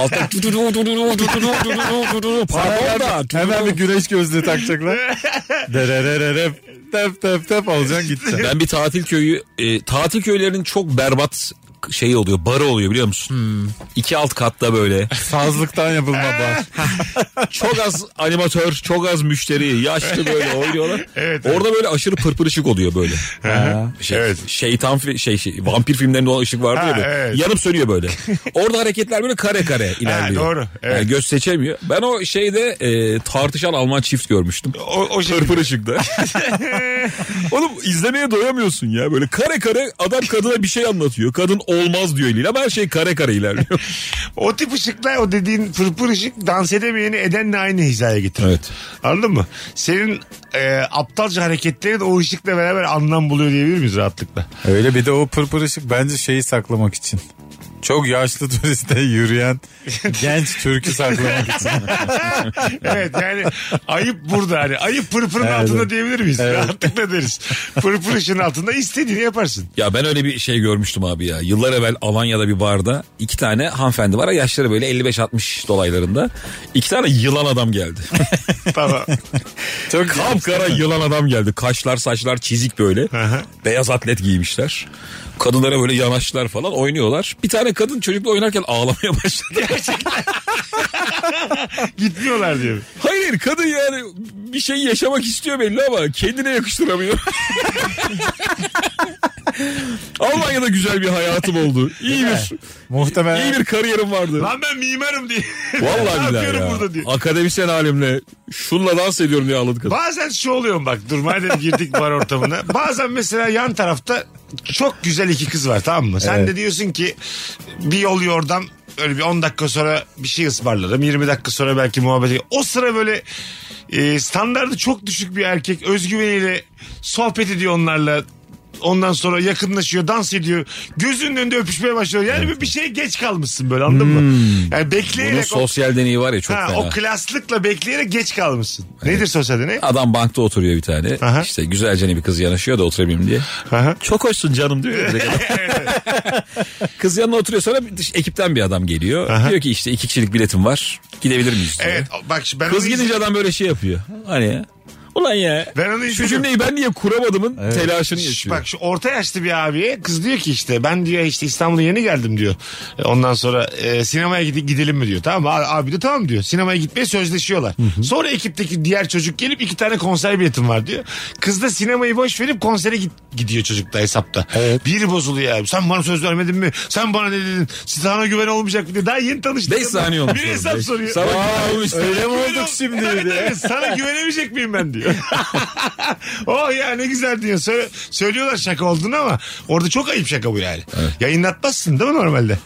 Speaker 2: Altta du- du- du- du- du- du- du- du- du- du- du- du- du- pardon da. du-
Speaker 3: Hemen bir güneş gözlüğü takacaklar. Dererererep. Tep tep tep alacaksın gideceksin.
Speaker 2: Ben bir tatil köyü, e, tatil köylerinin çok berbat şeyi oluyor, barı oluyor biliyor musun?
Speaker 3: Hmm.
Speaker 2: İki alt katta böyle.
Speaker 3: Sazlıktan yapılma bar.
Speaker 2: Çok az animatör, çok az müşteri, yaşlı böyle oynuyorlar.
Speaker 1: Evet,
Speaker 2: Orada böyle aşırı pırpır ışık oluyor böyle. Şey,
Speaker 1: Evet.
Speaker 2: Şeytan fi- şey, şey vampir filmlerinde olan ışık vardı
Speaker 1: Ha,
Speaker 2: ya böyle.
Speaker 1: evet.
Speaker 2: Yanıp sönüyor böyle. Orada hareketler böyle kare kare ilerliyor.
Speaker 1: doğru, evet.
Speaker 2: Yani göz seçemiyor. Ben o şeyde e, tartışan Alman çift görmüştüm.
Speaker 1: O, o şey.
Speaker 2: Pırpır ışıkta. Oğlum izlemeye doyamıyorsun ya. Böyle kare kare adam kadına bir şey anlatıyor. Kadın olmaz diyor eliyle ama her şey kare kare ilerliyor.
Speaker 1: O tip ışıklar o dediğin pırpır ışık dans edemeyeni edenle aynı hizaya getirir.
Speaker 2: Evet.
Speaker 1: Anladın mı? Senin e, aptalca hareketlerin o ışıkla beraber anlam buluyor diyebilir miyiz rahatlıkla?
Speaker 3: Öyle bir de o pırpır ışık bence şeyi saklamak için. Çok yaşlı turiste yürüyen genç türkü saklamak için.
Speaker 1: Evet yani ayıp burada hani ayıp pırpırın
Speaker 3: Evet.
Speaker 1: altında diyebilir miyiz?
Speaker 3: Evet.
Speaker 1: Rahatlıkla deriz. Pırpır ışığın altında istediğini yaparsın.
Speaker 2: Ya ben öyle bir şey görmüştüm abi ya. Yıllar evvel Alanya'da bir barda iki tane hanımefendi var. Yaşları böyle 55-60 dolaylarında. İki tane yılan adam geldi.
Speaker 1: Tamam.
Speaker 3: Çok
Speaker 2: Kapkara yılan adam geldi. Kaşlar saçlar çizik böyle.
Speaker 1: hı.
Speaker 2: Beyaz atlet giymişler. Kadınlara böyle yanaştılar falan oynuyorlar. Bir tane kadın çocukla oynarken ağlamaya başladı.
Speaker 1: Gitmiyorlar diyor.
Speaker 2: Hayır hayır, kadın yani bir şey yaşamak istiyor belli ama kendine yakıştıramıyor. Almanya'da güzel bir hayatım oldu. İyi bir, iyi
Speaker 3: Muhtemelen
Speaker 2: bir şey kariyerim vardı.
Speaker 1: Lan ben mimarım diye.
Speaker 2: Vallahi
Speaker 1: ne
Speaker 2: billahi
Speaker 1: yapıyorum
Speaker 2: ya.
Speaker 1: burada diye.
Speaker 2: Akademisyen halimle şunla dans ediyorum diye ağladı kadın.
Speaker 1: Bazen şu oluyor bak dur madem girdik bar ortamına. Bazen mesela yan tarafta çok güzel iki kız var tamam mı? Sen de diyorsun ki bir yol yordam öyle bir 10 dakika sonra bir şey ısmarlarım. 20 dakika sonra belki muhabbet O sıra böyle e, standardı çok düşük bir erkek özgüveniyle sohbet ediyor onlarla. Ondan sonra yakınlaşıyor, dans ediyor. Gözünün önünde öpüşmeye başlıyor. Yani bir- bir şeye geç kalmışsın böyle anladın mı? Yani
Speaker 2: Bunun
Speaker 1: bekleyerek o,
Speaker 2: sosyal deneyi var ya çok
Speaker 1: ha,
Speaker 2: fena.
Speaker 1: o klaslıkla bekleyerek geç kalmışsın. Nedir sosyal deney?
Speaker 2: Adam bankta oturuyor bir tane.
Speaker 1: Aha.
Speaker 2: İşte güzelce bir kız yanaşıyor da oturabileyim diye.
Speaker 1: Aha.
Speaker 2: Çok hoşsun canım diyor. ya direkt adam. kız yanına oturuyor sonra bir dış- ekipten bir adam geliyor. Diyor ki işte iki kişilik biletim var. Gidebilir miyiz diyor.
Speaker 1: Evet bak şu- ben
Speaker 2: Kız
Speaker 1: onu
Speaker 2: gidince
Speaker 1: izledim.
Speaker 2: adam böyle şey yapıyor. Hani ya. Ulan ya.
Speaker 1: Ben onu
Speaker 2: Şu
Speaker 1: izledim.
Speaker 2: cümleyi ben niye kuramadımın telaşını
Speaker 1: Şu-
Speaker 2: yaşıyor.
Speaker 1: Bak şu orta yaşlı bir abiye kız diyor ki işte ben diyor işte İstanbul'a yeni geldim diyor. E, Ondan sonra e, sinemaya gide- gidelim mi diyor. Tamam mı? A- abi de tamam diyor. Sinemaya gitmeye sözleşiyorlar. Sonra ekipteki diğer çocuk gelip iki tane konser biletim var diyor. Kız da sinemayı boş verip konsere git- gidiyor çocukta hesapta. Biri bozuluyor abi. Sen bana söz vermedin mi? Sen bana ne dedin? Sana güven olmayacak mı diye. Daha yeni tanıştık.
Speaker 2: Beş saniye olmuş.
Speaker 1: Bir hesap
Speaker 2: Beş-
Speaker 1: soruyor.
Speaker 2: Sabah olmuş.
Speaker 3: öyle mi
Speaker 1: Güven
Speaker 3: olduk
Speaker 1: ol-
Speaker 3: şimdi
Speaker 1: Evet,
Speaker 3: diye.
Speaker 1: evet, sana güvenemeyecek miyim ben diyor. oh ya ne güzel diyor. Sö- söylüyorlar şaka olduğunu ama orada çok ayıp şaka bu yani. Yayınlatmazsın değil mi normalde?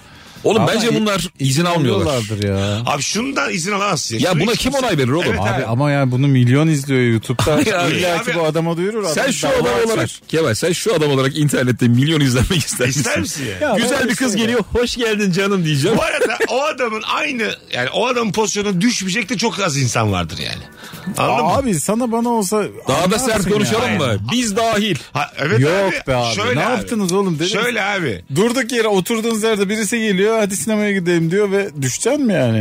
Speaker 2: Oğlum
Speaker 3: Ama
Speaker 2: bence
Speaker 3: i-
Speaker 2: bunlar izin almıyorlar.
Speaker 3: Alıyorlardır ya.
Speaker 1: Abi şundan izin alamazsın.
Speaker 2: Ya
Speaker 1: Şunu
Speaker 2: buna
Speaker 1: hiç
Speaker 2: kim
Speaker 1: kimse-
Speaker 2: onay verir oğlum?
Speaker 1: Evet,
Speaker 3: Abi ama yani bunu milyon izliyor YouTube'da.
Speaker 2: Ya
Speaker 3: İlla ki
Speaker 1: abi-
Speaker 3: bu adama duyurur.
Speaker 2: Sen
Speaker 3: adam
Speaker 2: şu
Speaker 3: dava
Speaker 2: adam
Speaker 3: açar.
Speaker 2: olarak Kemal sen şu adam olarak internette milyon izlenmek ister misin?
Speaker 1: İster misin yani?
Speaker 3: Ya
Speaker 2: Güzel
Speaker 3: böyle
Speaker 2: bir kız
Speaker 3: şey
Speaker 2: geliyor. Hoş geldin canım diyeceğim.
Speaker 1: Bu arada o adamın aynı yani o adamın pozisyonuna düşmeyecek de çok az insan vardır yani. Anladın mı?
Speaker 3: Abi sana bana olsa
Speaker 2: Daha da
Speaker 3: anlarsın
Speaker 2: sert
Speaker 3: ya.
Speaker 2: konuşalım mı? Biz dahil.
Speaker 1: Ha, evet
Speaker 3: Yok be abi.
Speaker 1: Şöyle
Speaker 3: ne
Speaker 1: abi.
Speaker 3: yaptınız oğlum dedim.
Speaker 1: Şöyle abi.
Speaker 3: Durduk yere oturduğunuz yerde birisi geliyor hadi sinemaya gidelim diyor ve düşeceksin mi yani?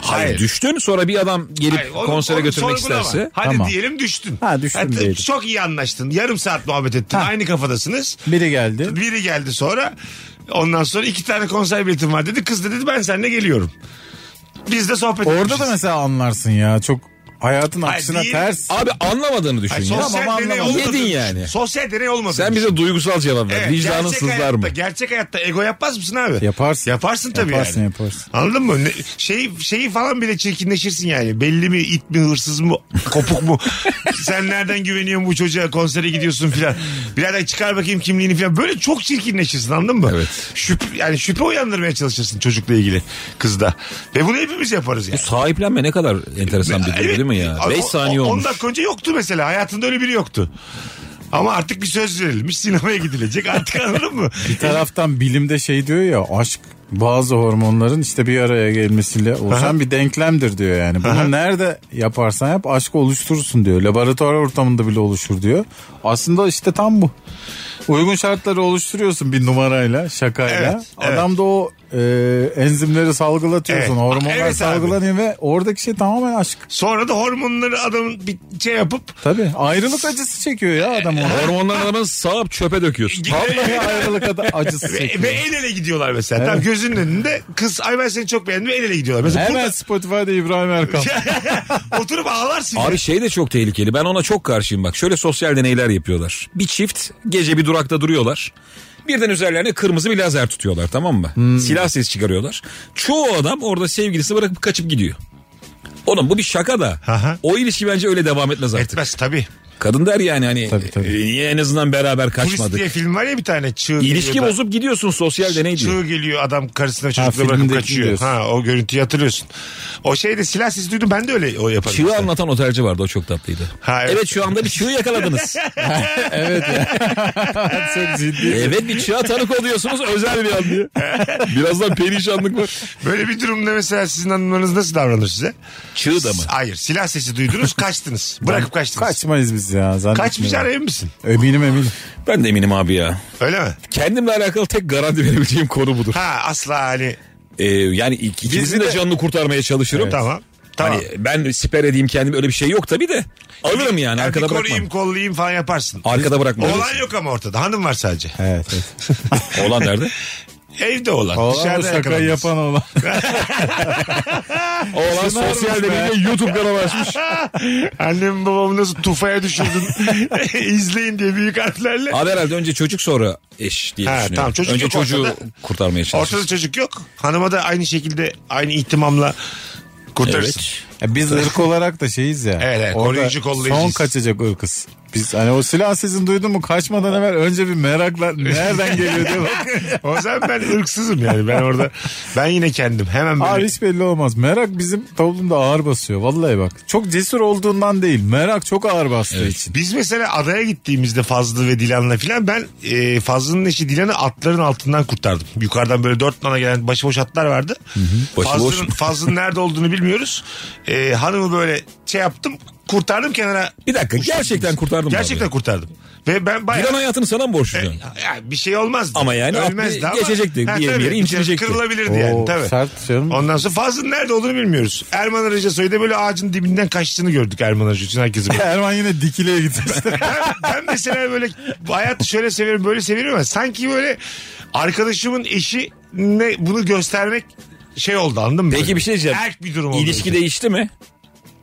Speaker 2: Hayır. Düştün sonra bir adam gelip
Speaker 1: Hayır, onu-
Speaker 2: konsere
Speaker 1: onu
Speaker 2: götürmek
Speaker 1: sorgulama.
Speaker 2: isterse.
Speaker 1: Hadi
Speaker 3: Tamam.
Speaker 1: diyelim düştün.
Speaker 3: Ha, düştüm
Speaker 1: Hadi
Speaker 3: diyelim.
Speaker 1: Çok iyi anlaştın. Yarım saat muhabbet ettin. Aynı kafadasınız.
Speaker 3: Biri geldi.
Speaker 1: Biri geldi sonra. Ondan sonra iki tane konser biletim var dedi. Kız da dedi ben seninle geliyorum. Biz de sohbet
Speaker 3: Orada
Speaker 1: etmişiz.
Speaker 3: da mesela anlarsın ya çok hayatın
Speaker 1: Hayır,
Speaker 3: aksine
Speaker 1: değil.
Speaker 3: ters.
Speaker 2: Abi anlamadığını düşün
Speaker 1: Ay,
Speaker 2: ya.
Speaker 1: sosyal
Speaker 3: Tamam,
Speaker 1: deney
Speaker 3: anlamadım.
Speaker 1: olmadığını
Speaker 2: Yedin
Speaker 1: düşün.
Speaker 2: yani.
Speaker 1: Sosyal deney olmadı.
Speaker 2: Sen bize duygusal cevap ver. Vicdanın sızlar mı?
Speaker 1: Gerçek hayatta ego yapmaz mısın abi?
Speaker 3: Yaparsın.
Speaker 1: Yaparsın tabii
Speaker 3: Yaparsın
Speaker 1: yani.
Speaker 3: yaparsın.
Speaker 1: Anladın mı? Ne- şey, şeyi falan bile çirkinleşirsin yani. Belli mi it mi hırsız mı kopuk mu? Sen nereden güveniyorsun bu çocuğa konsere gidiyorsun filan. Birader çıkar bakayım kimliğini filan. Böyle çok çirkinleşirsin anladın mı?
Speaker 2: Evet.
Speaker 1: Şüphe, yani şüphe uyandırmaya çalışırsın çocukla ilgili kızda. Ve bunu hepimiz yaparız yani.
Speaker 2: Sahiplenme ne kadar enteresan bir durum
Speaker 1: Evet.
Speaker 2: değil mi ya? 5
Speaker 1: O-
Speaker 2: saniye
Speaker 1: o- on
Speaker 2: olmuş.
Speaker 1: dakika önce yoktu mesela. Hayatında öyle biri yoktu. Ama artık bir söz verilmiş. Sinemaya gidilecek. Artık anladın mı?
Speaker 3: Bir taraftan bilimde şey diyor ya aşk bazı hormonların işte bir araya gelmesiyle oluşan bir denklemdir diyor yani. Bunu nerede yaparsan yap aşkı oluşturursun diyor. Laboratuvar ortamında bile oluşur diyor. Aslında işte tam bu. Uygun şartları oluşturuyorsun bir numarayla, şakayla.
Speaker 1: Evet, evet.
Speaker 3: Adam da o e, enzimleri salgılatıyorsun.
Speaker 1: Evet.
Speaker 3: Hormonlar
Speaker 1: Evet abi.
Speaker 3: salgılanıyor ve oradaki şey tamamen aşk.
Speaker 1: Sonra da hormonları adamın bir şey yapıp
Speaker 3: Tabii. Ayrılık acısı çekiyor ya adam onu.
Speaker 2: Hormonlar adamı sağıp çöpe döküyorsun.
Speaker 3: Vallahi ayrılık ada- acısı
Speaker 1: ve, ve
Speaker 3: çekiyor.
Speaker 1: el ele gidiyorlar mesela. Tam gözünün önünde kız ay ben seni çok beğendim ve el ele gidiyorlar. Mesela
Speaker 3: Hemen Spotify'da İbrahim Erkan.
Speaker 1: burada oturup ağlarsın.
Speaker 2: Abi şey de çok tehlikeli. Ben ona çok karşıyım bak. Şöyle sosyal deneyler yapıyorlar. Bir çift gece bir durakta duruyorlar. Birden üzerlerine kırmızı bir lazer tutuyorlar tamam mı?
Speaker 1: Hmm.
Speaker 2: Silah sesi çıkarıyorlar. Çoğu adam orada sevgilisi bırakıp kaçıp gidiyor. Oğlum bu bir şaka da.
Speaker 1: Aha.
Speaker 2: O ilişki bence öyle devam etmez artık.
Speaker 1: Etmez tabii.
Speaker 2: Kadın der yani hani
Speaker 3: Tabii, tabii.
Speaker 2: e, niye en azından beraber
Speaker 1: Polis
Speaker 2: kaçmadık.
Speaker 1: diye film var ya bir tane çığ
Speaker 2: İlişki
Speaker 1: geliyor da-
Speaker 2: bozup gidiyorsun sosyal deney diyor.
Speaker 1: Çığ geliyor adam karısına çocukla bırakıp
Speaker 3: filmdeki
Speaker 1: kaçıyor.
Speaker 3: diyorsun.
Speaker 1: Ha o görüntüyü hatırlıyorsun. O şeyde silah sesi duydum ben de öyle o yaparım.
Speaker 2: Çığı anlatan otelci vardı o çok tatlıydı.
Speaker 1: Ha, evet.
Speaker 2: evet. şu anda bir çığı yakaladınız.
Speaker 3: evet Çok ciddi.
Speaker 2: evet bir çığa tanık oluyorsunuz özel bir an diye. Birazdan perişanlık var.
Speaker 1: Böyle bir durumda mesela sizin hanımlarınız nasıl davranır size?
Speaker 2: Çığı da mı?
Speaker 1: Hayır silah sesi duydunuz kaçtınız. Bırakıp kaçtınız.
Speaker 3: Kaçmayız biz ya. zannetmiyorum.
Speaker 1: Kaçmayacağına emin misin?
Speaker 3: Eminim eminim.
Speaker 2: Ben de eminim abi ya.
Speaker 1: Öyle mi?
Speaker 2: Kendimle alakalı tek garanti verebileceğim konu budur.
Speaker 1: Ha asla hani
Speaker 2: Ee, yani ik- ikimizin de canını kurtarmaya çalışırım.
Speaker 1: tamam. Tamam.
Speaker 2: Hani ben siper edeyim kendimi öyle bir şey yok tabii de. Alırım yani
Speaker 1: Ben
Speaker 2: arkada
Speaker 1: bir koruyayım
Speaker 2: bırakmam.
Speaker 1: kollayayım falan yaparsın.
Speaker 2: Arkada bırakmam.
Speaker 1: Olan yok ama ortada. Hanım var sadece.
Speaker 3: Evet. evet.
Speaker 2: Oğlan nerede?
Speaker 1: Evde olan.
Speaker 3: Olan o
Speaker 1: dışarıda
Speaker 3: şakayı
Speaker 1: yakalanmaz.
Speaker 3: yapan olan.
Speaker 2: Oğlan sosyal deneyde YouTube kanalı açmış.
Speaker 1: Annem babamı nasıl tufaya düşürdün izleyin diye büyük harflerle.
Speaker 2: Abi herhalde önce çocuk sonra eş diye
Speaker 1: Ha,
Speaker 2: düşünüyorum.
Speaker 1: tamam, çocuk
Speaker 2: önce
Speaker 1: yok
Speaker 2: çocuğu
Speaker 1: ortada.
Speaker 2: kurtarmaya çalışıyorsun.
Speaker 1: Ortada çocuk yok. Hanıma da aynı şekilde aynı ihtimamla kurtarırsın.
Speaker 2: Evet.
Speaker 3: Ya E, biz ırk olarak da şeyiz ya.
Speaker 1: Evet, evet,
Speaker 3: Orada
Speaker 1: koruyucu, kollayıcıyız.
Speaker 3: Son kaçacak ırkız. Biz hani o silah sesini duydun mu kaçmadan hemen önce bir merakla nereden geliyor diye bak.
Speaker 1: O zaman ben ırksızım yani. Ben orada ben yine kendim. Hemen
Speaker 3: Ağır
Speaker 1: böyle
Speaker 3: hiç belli olmaz. Merak bizim toplumda ağır basıyor. Vallahi bak. Çok cesur olduğundan değil. Merak çok ağır bastığı için.
Speaker 1: Biz mesela adaya gittiğimizde Fazlı ve Dilan'la filan ben e, Fazlı'nın eşi Dilan'ı atların altından kurtardım. Yukarıdan böyle dört tane gelen başıboş atlar vardı.
Speaker 2: Başıboş
Speaker 1: Fazlı'nın,
Speaker 2: mu?
Speaker 1: Fazlı'nın nerede olduğunu bilmiyoruz. E, hanımı böyle şey yaptım kurtardım kenara.
Speaker 2: Bir dakika gerçekten kurtardım.
Speaker 1: Gerçekten
Speaker 2: Gerçekten.
Speaker 1: kurtardım. Ve ben
Speaker 2: Bir
Speaker 1: bayağı...
Speaker 2: an hayatını sana mı borçluyorsun?
Speaker 1: Ya bir şey olmazdı.
Speaker 2: Ama yani
Speaker 1: Ölmezdi
Speaker 2: at
Speaker 1: ama.
Speaker 2: bir geçecekti. Bir yere- bir yere incinecekti.
Speaker 1: Kırılabilirdi
Speaker 3: Oo,
Speaker 1: yani tabii.
Speaker 3: Sert canım.
Speaker 1: Ondan sonra Fazlı'nın nerede olduğunu bilmiyoruz. Erman Arıca soyda böyle ağacın dibinden kaçtığını gördük Erman Arıca için herkesi. böyle.
Speaker 3: Erman yine dikileye gitmişti.
Speaker 1: ben, ben mesela böyle hayatı şöyle severim böyle severim ama sanki böyle arkadaşımın eşi ne bunu göstermek şey oldu anladın mı?
Speaker 2: Peki bir şey diyeceğim.
Speaker 1: Erk bir durum oldu.
Speaker 2: İlişki değişti mi?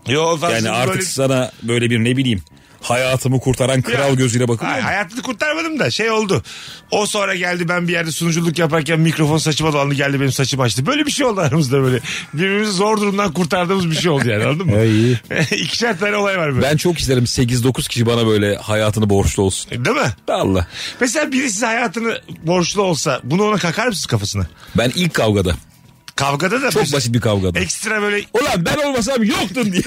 Speaker 1: Yo, Fazlı'nın
Speaker 2: Yani artık
Speaker 1: böyle-
Speaker 2: sana böyle bir ne bileyim hayatımı kurtaran kral
Speaker 1: Ya.
Speaker 2: gözüyle bakılıyor
Speaker 1: Hayır,
Speaker 2: mu?
Speaker 1: hayatını kurtarmadım da şey oldu. O sonra geldi ben bir yerde sunuculuk yaparken mikrofon saçıma dolandı geldi benim saçımı açtı. Böyle bir şey oldu aramızda böyle. Birbirimizi zor durumdan kurtardığımız bir şey oldu yani anladın mı?
Speaker 3: iyi.
Speaker 1: İkişer tane olay var böyle.
Speaker 2: Ben çok isterim 8-9 kişi bana böyle hayatını borçlu olsun.
Speaker 1: Değil mi?
Speaker 2: Allah.
Speaker 1: Mesela biri size hayatını borçlu olsa bunu ona kakar mısınız kafasına?
Speaker 2: Ben ilk kavgada.
Speaker 1: Kavgada da
Speaker 2: Çok
Speaker 1: mesela
Speaker 2: basit bir kavgada.
Speaker 1: Ekstra böyle
Speaker 2: Ulan ben olmasam yoktun diye.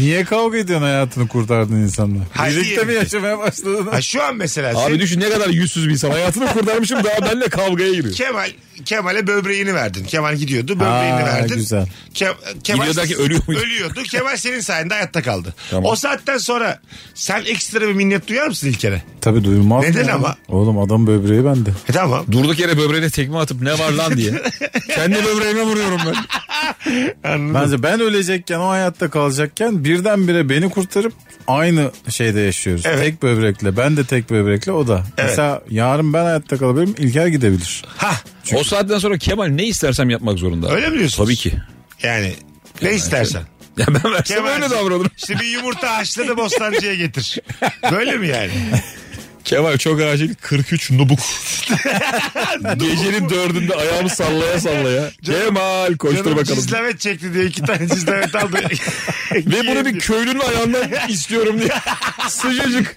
Speaker 3: Niye kavga ediyorsun hayatını kurtardığın insanla?
Speaker 1: Hayır,
Speaker 3: Birlikte mi
Speaker 1: diyelim
Speaker 3: yaşamaya başladın?
Speaker 1: Ha şu an mesela sen-
Speaker 2: Abi düşün ne kadar yüzsüz bir insan. Hayatını kurtarmışım daha benle kavgaya giriyor.
Speaker 1: Kemal Kemal'e böbreğini verdin. Kemal gidiyordu, böbreğini
Speaker 3: Ha,
Speaker 1: verdin.
Speaker 3: güzel.
Speaker 1: Ke- Kemal
Speaker 2: Gidiyor derken ölüyor muydu?
Speaker 1: Ölüyordu. Kemal senin sayende hayatta kaldı.
Speaker 2: Tamam.
Speaker 1: O saatten sonra sen ekstra bir minnet duyar mısın İlker'e?
Speaker 3: Tabii duymaz
Speaker 1: Neden
Speaker 3: mı ya?
Speaker 1: ama?
Speaker 3: Oğlum adam böbreği bende.
Speaker 1: E tamam.
Speaker 2: Durduk yere böbreğine tekme atıp ne var lan diye. Kendi böbreğime vuruyorum ben.
Speaker 3: Bence ben ölecekken o hayatta kalacakken birdenbire beni kurtarıp aynı şeyde yaşıyoruz.
Speaker 1: Evet.
Speaker 3: Tek böbrekle ben de tek böbrekle o da. Mesela yarın ben hayatta kalabilirim İlker gidebilir.
Speaker 1: Ha
Speaker 2: O saatten sonra Kemal ne istersem yapmak zorunda.
Speaker 1: Öyle mi diyorsunuz?
Speaker 2: Tabii ki.
Speaker 1: yani ne istersen.
Speaker 2: Ya ben versem
Speaker 1: Kemal
Speaker 2: öyle davranırım.
Speaker 1: İşte bir yumurta haşladı bostancıya getir. Böyle mi yani?
Speaker 2: Kemal çok acil 43 nubuk. Gecenin dördünde ayağımı sallaya sallaya. Kemal koştur
Speaker 1: Canım
Speaker 2: bakalım.
Speaker 1: cizlemet çekti diye iki tane cizlemet aldı.
Speaker 2: Ve bunu bir köylünün ayağından istiyorum diye. Sıcacık.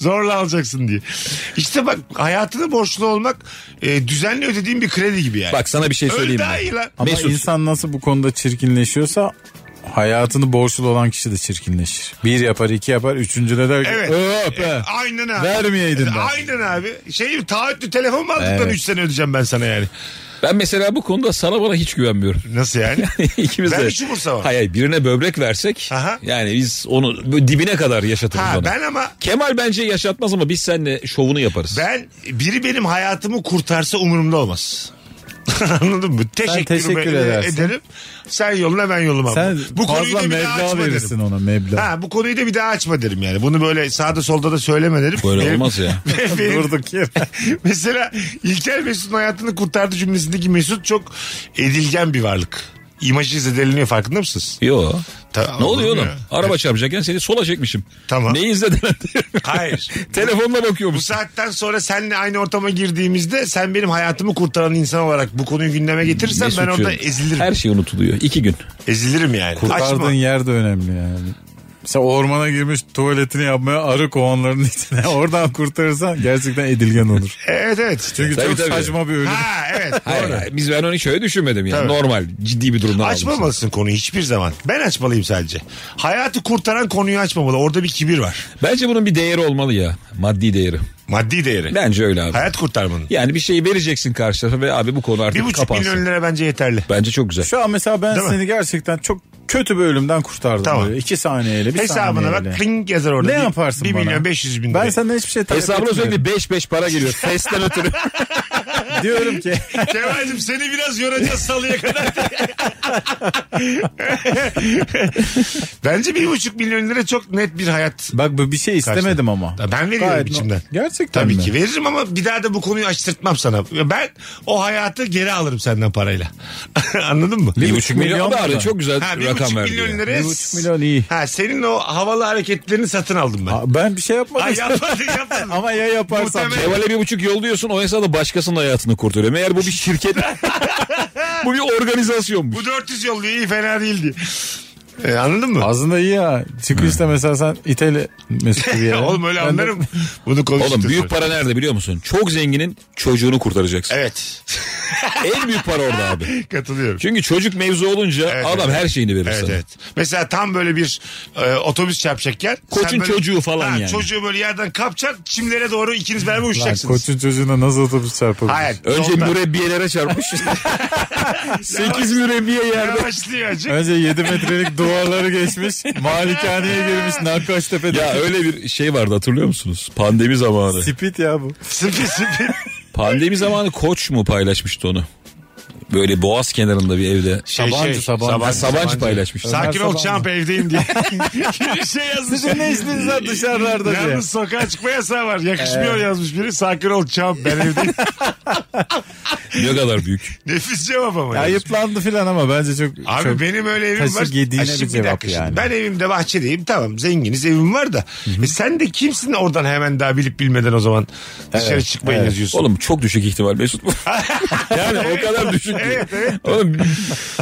Speaker 1: Zorla alacaksın diye. İşte bak hayatını borçlu olmak e, düzenli ödediğin bir kredi gibi yani.
Speaker 2: Bak sana bir şey
Speaker 1: Öyle
Speaker 2: söyleyeyim
Speaker 1: daha iyi
Speaker 2: mi?
Speaker 1: lan.
Speaker 3: Ama
Speaker 2: Mesut.
Speaker 3: insan nasıl bu konuda çirkinleşiyorsa hayatını borçlu olan kişi de çirkinleşir. Bir yapar iki yapar üçüncüde der ki
Speaker 1: Evet.
Speaker 3: "Öp
Speaker 1: E,
Speaker 3: be."
Speaker 1: Aynen abi. E,
Speaker 3: Vermeyeydin ben.
Speaker 1: Aynen abi. Şey taahhütlü telefon mu aldıktan
Speaker 3: Evet.
Speaker 1: 3 sene ödeyeceğim ben sana yani.
Speaker 2: Ben mesela bu konuda sana bana hiç güvenmiyorum.
Speaker 1: Nasıl yani?
Speaker 2: İkimiz
Speaker 1: Ben
Speaker 2: de.
Speaker 1: hiç umursamam.
Speaker 2: Hayır, hayır, birine böbrek versek
Speaker 1: Aha.
Speaker 2: yani biz onu böyle dibine kadar yaşatırız
Speaker 1: ha
Speaker 2: ona.
Speaker 1: ben ama
Speaker 2: Kemal bence yaşatmaz ama biz seninle şovunu yaparız.
Speaker 1: ben biri benim hayatımı kurtarsa umurumda olmaz. Anladın mı? Teşekkür,
Speaker 3: teşekkür edersin.
Speaker 1: ederim. Sen yoluna ben yoluma.
Speaker 3: Sen
Speaker 1: bu konuyu da
Speaker 3: fazla
Speaker 1: bir daha
Speaker 3: meblağ
Speaker 1: açma derim.
Speaker 3: verirsin ona meblağ.
Speaker 1: Ha bu konuyu da bir daha açma derim yani. Bunu böyle sağda solda da söyleme derim.
Speaker 2: Böyle
Speaker 1: Benim-
Speaker 2: olmaz ya.
Speaker 1: Benim-
Speaker 3: Durduk yere.
Speaker 1: Mesela İlker Mesut'un hayatını kurtardı cümlesindeki Mesut çok edilgen bir varlık. İmajı zedeleniyor farkında mısınız?
Speaker 2: Yo.
Speaker 1: Ta-
Speaker 2: ne oluyor oğlum?
Speaker 1: Ya.
Speaker 2: Araba çarpacakken seni sola çekmişim.
Speaker 1: Tamam.
Speaker 2: Neyi izledin?
Speaker 1: Hayır.
Speaker 2: Telefonla
Speaker 1: Bu
Speaker 2: bakıyormuş.
Speaker 1: saatten sonra seninle aynı ortama girdiğimizde sen benim hayatımı kurtaran insan olarak bu konuyu gündeme getirirsen ben
Speaker 2: Mesut'cuğum,
Speaker 1: orada ezilirim.
Speaker 2: Her şey unutuluyor. İki gün.
Speaker 1: Ezilirim yani.
Speaker 3: Kurtardığın
Speaker 1: Açma.
Speaker 3: yer de önemli yani. Mesela ormana girmiş tuvaletini yapmaya arı kovanlarının içine. Oradan kurtarırsan gerçekten edilgen olur.
Speaker 1: Evet evet.
Speaker 3: Çünkü
Speaker 2: Tabii,
Speaker 3: çok
Speaker 2: tabii.
Speaker 3: saçma bir ölüm.
Speaker 1: Ha evet.
Speaker 2: Hayır, hayır. biz ben onu hiç öyle düşünmedim yani.
Speaker 1: Tabii.
Speaker 2: Normal ciddi bir durumdan aldım.
Speaker 1: Açmamalısın konuyu hiçbir zaman. Ben açmalıyım sadece. Hayatı kurtaran konuyu açmamalı. Orada bir kibir var.
Speaker 2: Bence bunun bir değeri olmalı ya. Maddi değeri.
Speaker 1: Maddi değeri.
Speaker 2: Bence öyle abi.
Speaker 1: Hayat kurtarmanın.
Speaker 2: Yani bir şeyi vereceksin karşı tarafa ve abi bu konu
Speaker 1: Bir
Speaker 2: artık
Speaker 1: buçuk milyon
Speaker 2: kapansın.
Speaker 1: lira bence yeterli.
Speaker 2: Bence çok güzel.
Speaker 3: Şu an mesela ben
Speaker 1: Değil mi?
Speaker 3: seni gerçekten çok kötü bir ölümden kurtardım.
Speaker 1: Tamam.
Speaker 3: Böyle. İki saniyeyle bir
Speaker 1: Hesabına
Speaker 3: saniyeyle.
Speaker 1: bak kling yazar orada.
Speaker 3: Ne
Speaker 1: Bir-
Speaker 3: yaparsın
Speaker 1: bir
Speaker 3: bana?
Speaker 1: milyon 500 bin lira.
Speaker 3: Ben senden hiçbir şey talep
Speaker 2: Hesabına
Speaker 3: etmiyorum.
Speaker 2: sürekli 5 5 para geliyor. Sesten ötürü.
Speaker 3: Diyorum ki
Speaker 1: Kemal'cim seni biraz yoracağız salıya kadar. Bence bir buçuk milyon lira çok net bir hayat.
Speaker 3: bak bu bir şey istemedim ama.
Speaker 1: Ben veriyorum
Speaker 3: Gayet-
Speaker 1: içimden.
Speaker 3: Gerçekten
Speaker 1: Tabii
Speaker 3: mi?
Speaker 1: ki veririm ama bir daha da bu konuyu açtırtmam sana. Ben o hayatı geri alırım senden parayla. Anladın mı?
Speaker 3: Bir
Speaker 2: 1,5 milyon
Speaker 3: milyon
Speaker 2: da abi
Speaker 3: lira.
Speaker 2: çok güzel
Speaker 1: Ha, bir
Speaker 2: rakam
Speaker 1: buçuk
Speaker 2: verdi.
Speaker 1: milyon
Speaker 2: yani.
Speaker 1: lira.
Speaker 3: Bir buçuk milyon iyi.
Speaker 1: Ha, senin o havalı hareketlerini satın aldım ben.
Speaker 3: Aa, Ben bir şey yapmadım.
Speaker 1: Ay yapmadın yapmadın.
Speaker 3: ama ya yaparsam.
Speaker 1: Muhtemelen-
Speaker 2: Kemal'e bir buçuk yolluyorsun o hesapla başkasının hayatını kurtarıyor. Meğer bu bir şirket. bu bir organizasyonmuş.
Speaker 1: Bu 400 yolluyor iyi fena değildi. E, anladın mı?
Speaker 3: Aslında iyi ya. Çıkışta mesela sen İtalya Mesut bir yere.
Speaker 1: Oğlum öyle
Speaker 3: Ben de-
Speaker 1: anlarım. Bunu konuştuk.
Speaker 2: Oğlum büyük para nerede biliyor musun? Çok zenginin çocuğunu kurtaracaksın.
Speaker 1: Evet.
Speaker 2: En büyük para orada abi.
Speaker 1: Katılıyorum.
Speaker 2: Çünkü çocuk mevzu olunca
Speaker 1: Evet,
Speaker 2: adam
Speaker 1: evet.
Speaker 2: her şeyini verir
Speaker 1: Evet
Speaker 2: sana.
Speaker 1: evet. Mesela tam böyle bir e, otobüs çarpacakken. sen
Speaker 2: Koçun
Speaker 1: böyle-
Speaker 2: çocuğu falan yani.
Speaker 1: Çocuğu böyle yerden kapacak çimlere doğru ikiniz beraber
Speaker 3: Lan
Speaker 1: uçacaksınız.
Speaker 3: koçun çocuğuna nasıl otobüs çarpabilir?
Speaker 1: Hayır.
Speaker 2: Önce
Speaker 1: soldan.
Speaker 2: mürebbiyelere çarpmış. 8 mürebbiye yerde.
Speaker 1: Yavaşlıyor acık.
Speaker 3: Önce 7 metrelik duvarları geçmiş. Malikaneye girmiş Nakkaştepe'de.
Speaker 2: Ya öyle bir şey vardı hatırlıyor musunuz? Pandemi zamanı.
Speaker 3: Spit ya bu.
Speaker 1: Sıfır sıfır.
Speaker 2: Pandemi zamanı koç mu paylaşmıştı onu? Böyle boğaz kenarında bir evde.
Speaker 1: Şey,
Speaker 3: Sabancı,
Speaker 1: şey,
Speaker 3: Sabancı.
Speaker 2: Ha, Sabancı, paylaşmıştı.
Speaker 1: Sakin
Speaker 3: Ömer
Speaker 1: ol
Speaker 3: Sabancı.
Speaker 1: çamp evdeyim diye. bir şey yazmış.
Speaker 3: Sizin ne işiniz var dışarılarda diye. Ee.
Speaker 1: Yalnız sokağa çıkma yasağı var. Yakışmıyor yazmış biri. Sakin ol çamp ben evdeyim.
Speaker 2: Ne kadar büyük.
Speaker 1: Nefis cevap ama.
Speaker 3: Ya
Speaker 1: yazmış.
Speaker 3: Ayıplandı filan ama bence çok...
Speaker 1: Abi
Speaker 3: çok-
Speaker 1: benim öyle evim
Speaker 3: taşı
Speaker 1: var.
Speaker 3: gediğine
Speaker 1: Ha, şimdi
Speaker 3: bir
Speaker 1: bir
Speaker 3: cevap
Speaker 1: dakika şimdi.
Speaker 3: yani.
Speaker 1: Ben evimde bahçedeyim tamam zenginiz evim var da. E sen de kimsin oradan hemen daha bilip bilmeden o zaman dışarı çıkmayın
Speaker 3: evet.
Speaker 1: yazıyorsun.
Speaker 2: Oğlum çok düşük ihtimal Mesut. yani o kadar düşük ki.
Speaker 1: Evet, evet.
Speaker 2: Oğlum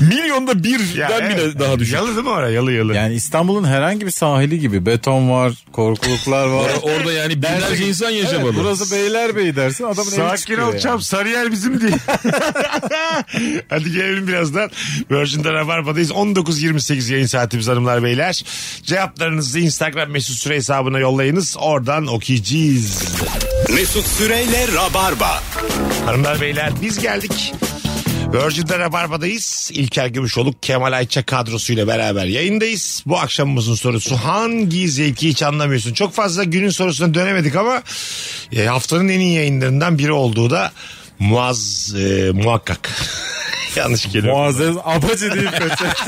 Speaker 2: milyonda birden
Speaker 1: Ya
Speaker 2: bile
Speaker 1: evet.
Speaker 2: daha düşük.
Speaker 1: Yalı değil mi oraya yalı yalı.
Speaker 3: Yani İstanbul'un herhangi bir sahili gibi beton var, korkuluklar var.
Speaker 2: Or- Orada yani binlerce insan
Speaker 3: Evet,
Speaker 2: yaşamalı.
Speaker 3: burası Beylerbeyi dersin adamın evi
Speaker 1: Sakin
Speaker 3: çıkıyor
Speaker 1: ol
Speaker 3: yani.
Speaker 1: çam Sarıyer bizim diye. Hadi gelelim birazdan. Virgin'de Rabarba'dayız. 19.28 yayın saatimiz hanımlar beyler. Cevaplarınızı Instagram mesut süre hesabına yollayınız. Oradan okuyacağız.
Speaker 7: Mesut Süreyle Rabarba.
Speaker 1: Hanımlar beyler biz geldik. Virgin'de Rabarba'dayız. İlker Gümüşoluk, Kemal Ayça kadrosuyla beraber yayındayız. Bu akşamımızın sorusu hangi zevki hiç anlamıyorsun? Çok fazla günün sorusuna dönemedik ama e, haftanın en iyi yayınlarından biri olduğu da muaz e, muhakkak. Yanlış kelime.
Speaker 3: Muazzez abacı deyip kaçar.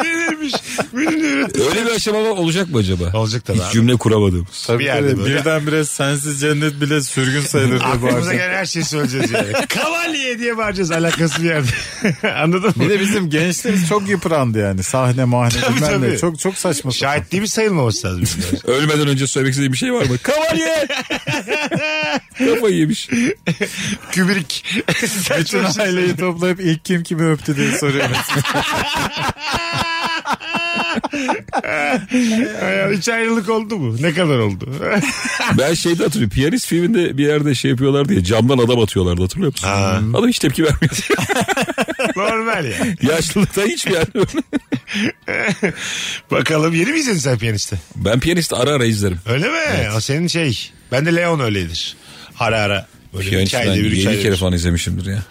Speaker 1: Denilmiş. Ünlü üretim.
Speaker 2: Öyle bir aşama var- olacak mı acaba?
Speaker 1: Olacak tabii
Speaker 2: Hiç
Speaker 1: abi.
Speaker 2: cümle kuramadığımız.
Speaker 3: Tabii
Speaker 1: yerde
Speaker 3: tabii.
Speaker 1: böyle.
Speaker 3: Birdenbire sensiz cennet bile sürgün sayılır diye
Speaker 1: Aklımıza
Speaker 3: bağırdı.
Speaker 1: gelen her şeyi söyleyeceğiz yani. Kavalye diye bağıracağız alakası bir yerde. Anladın mı?
Speaker 3: Bir de bizim gençliğimiz çok yıprandı yani. Sahne mahne
Speaker 1: Tabii,
Speaker 3: bilmem
Speaker 1: tabii.
Speaker 3: ne. Çok çok saçma. sapan.
Speaker 1: Şahitliğimiz sayılmaması lazım.
Speaker 2: Ölmeden önce söylemek istediğim bir şey var mı? Kavalye! Kafayı yemiş.
Speaker 1: Kübrik.
Speaker 3: Bütün aileyi toplayıp ilk kim kimi öptü diye soruyoruz.
Speaker 1: Ay, Hiç ayrılık oldu mu? Ne kadar oldu?
Speaker 2: Ben şeyde hatırlıyorum. Piyanist filminde bir yerde şey yapıyorlar diye camdan adam atıyorlardı hatırlıyor musun? Adam hiç tepki vermiyor.
Speaker 1: Normal ya.
Speaker 2: Yaşlılıkta hiç yani.
Speaker 1: Bakalım yeni mi izledin sen piyanisti?
Speaker 2: ben piyanisti ara ara izlerim.
Speaker 1: Öyle mi? O senin şey. Ben de Leon öyledir. Ara ara. Böyle
Speaker 2: Piyanisti
Speaker 1: iki
Speaker 2: ben
Speaker 1: ayda bir, üç
Speaker 2: 7
Speaker 1: ayda
Speaker 2: kere
Speaker 1: bir. şey.
Speaker 2: falan izlemişimdir ya.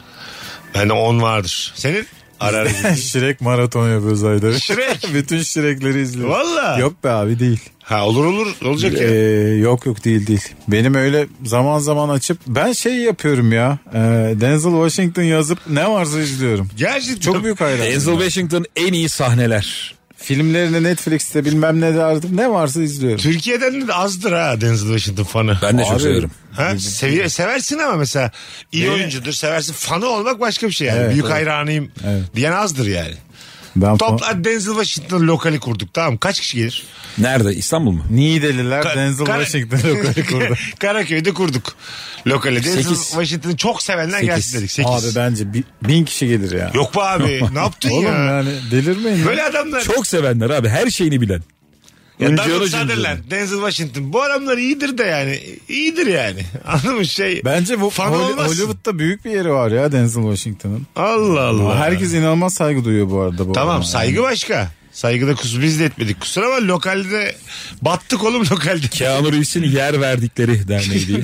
Speaker 1: Bende on vardır. Senin? Ara ara.
Speaker 3: Şirek maratonu yapıyoruz ayda.
Speaker 1: Şirek.
Speaker 3: Bütün Şirekleri izliyoruz.
Speaker 1: Valla.
Speaker 3: Yok be abi değil.
Speaker 1: Ha olur olur. Olacak
Speaker 3: Ee,
Speaker 1: ya.
Speaker 3: yok yok değil değil. Benim öyle zaman zaman açıp ben şey yapıyorum ya. E, Denzel Washington yazıp ne varsa izliyorum.
Speaker 1: Gerçi
Speaker 3: Çok büyük hayran.
Speaker 2: Denzel Washington en iyi sahneler.
Speaker 3: Filmlerini Netflix'te bilmem ne de aradım ne varsa izliyorum.
Speaker 1: Türkiye'den de azdır ha Denzel Washington fanı.
Speaker 2: Ben de çok
Speaker 3: Abi,
Speaker 2: severim.
Speaker 1: Ha? Seviye, seversin ama mesela iyi oyuncudur seversin fanı olmak başka bir şey yani.
Speaker 3: Evet,
Speaker 1: Büyük
Speaker 3: evet.
Speaker 1: hayranıyım diyen azdır yani.
Speaker 3: Ben Topla.
Speaker 1: Topla Denzel Washington lokali kurduk tamam Kaç kişi gelir?
Speaker 2: Nerede? İstanbul mu?
Speaker 3: Niğdeliler
Speaker 1: Ka-
Speaker 3: Denzel
Speaker 1: Kara-
Speaker 3: Washington'ı lokali kurdu.
Speaker 1: Karaköy'de kurduk lokali. Denzel
Speaker 2: Sekiz.
Speaker 1: Washington'ı çok sevenler
Speaker 2: Sekiz.
Speaker 1: gelsin dedik. Sekiz.
Speaker 3: Abi bence bi- bin kişi gelir ya.
Speaker 1: Yok be abi ne yaptın
Speaker 3: Oğlum
Speaker 1: ya?
Speaker 3: yani delirmeyin. ya.
Speaker 1: Böyle adamlar.
Speaker 2: Çok sevenler abi her şeyini bilen.
Speaker 1: Ya
Speaker 2: Önce
Speaker 1: Donald
Speaker 2: aracın
Speaker 1: Sutherland, Denzel Washington. Bu adamlar iyidir de yani. İyidir yani. Anladın mı şey?
Speaker 3: Bence bu
Speaker 1: Fan
Speaker 3: Hol-
Speaker 1: olmazsın.
Speaker 3: Hollywood'da büyük bir yeri var ya Denzel Washington'ın.
Speaker 1: Allah Allah.
Speaker 3: Herkes inanılmaz saygı duyuyor bu arada. Bu
Speaker 1: Tamam
Speaker 3: adama.
Speaker 1: saygı başka. Saygıda kus biz de etmedik. Kusura bakma lokalde battık oğlum lokalde.
Speaker 2: Keanu Reeves'in yer verdikleri derneği diye.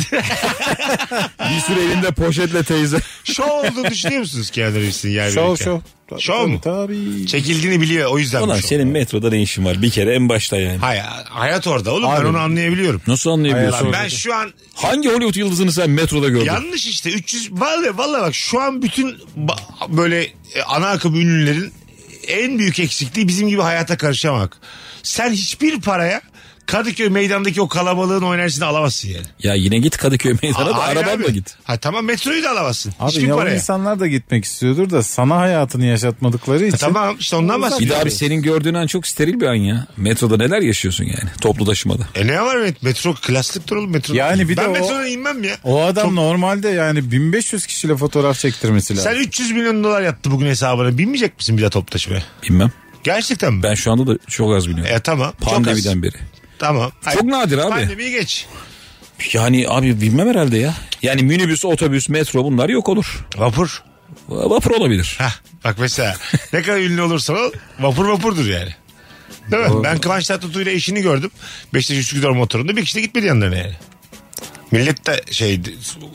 Speaker 2: bir süre elinde poşetle teyze.
Speaker 1: Şov olduğunu düşünüyor musunuz Keanu Reeves'in yani?
Speaker 3: Şov şov.
Speaker 1: Şov mu?
Speaker 3: Tabii.
Speaker 1: Çekildiğini biliyor o yüzden.
Speaker 2: Ulan
Speaker 1: bu şov.
Speaker 2: senin metroda ne işin var bir kere en başta yani.
Speaker 1: Hay- hayat orada oğlum ben
Speaker 3: Abi.
Speaker 1: onu anlayabiliyorum.
Speaker 2: Nasıl anlayabiliyorsun?
Speaker 1: Lan ben şu an
Speaker 2: Hangi Hollywood yıldızını sen metroda gördün?
Speaker 1: yanlış işte 300 vallahi vallahi bak şu an bütün ba- böyle e, ana akım ünlülerin en büyük eksikliği bizim gibi hayata karışamak. Sen hiçbir paraya Kadıköy meydandaki o kalabalığın oynarsını alamazsın yani.
Speaker 2: Ya yine git Kadıköy meydana da
Speaker 1: Hayır
Speaker 2: arabanla
Speaker 1: abi.
Speaker 2: git.
Speaker 1: Ha tamam metroyu da alamazsın.
Speaker 3: Abi
Speaker 1: Hiçbir
Speaker 3: yalan
Speaker 1: paraya.
Speaker 3: insanlar da gitmek istiyordur da sana hayatını yaşatmadıkları için.
Speaker 1: E, Tamam işte ondan
Speaker 2: Bir
Speaker 1: bahsediyorum.
Speaker 2: daha bir senin gördüğün an çok steril bir an ya. Metroda neler yaşıyorsun yani toplu taşımada.
Speaker 1: E ne var met- metro klaslıktır oğlum metro.
Speaker 3: Yani bir
Speaker 1: ben
Speaker 3: de o-
Speaker 1: metrodan inmem ya.
Speaker 3: O adam normalde yani 1500 kişiyle fotoğraf çektirmesi lazım.
Speaker 1: Sen 300 milyon dolar yattı bugün hesabına. Binmeyecek misin bir daha top taşımaya?
Speaker 2: Bilmem.
Speaker 1: Gerçekten mi?
Speaker 2: Ben şu anda da çok az biliyorum.
Speaker 1: E tamam. Çok az.
Speaker 2: Pandemiden beri.
Speaker 1: Tamam. Hayır,
Speaker 2: Çok nadir abi.
Speaker 1: Pandemiyi geç.
Speaker 2: Yani abi bilmem herhalde ya. Yani minibüs, otobüs, metro bunlar yok olur.
Speaker 1: Vapur.
Speaker 2: Va- Vapur olabilir.
Speaker 1: Hah bak mesela ne kadar ünlü olursan ol vapur vapurdur yani. Değil mi? Ben Kıvanç Tatlıtuğ ile eşini gördüm. Beşiktaş Üsküdar motorunda bir kişi de gitmedi yanlarına yani. Millet de şey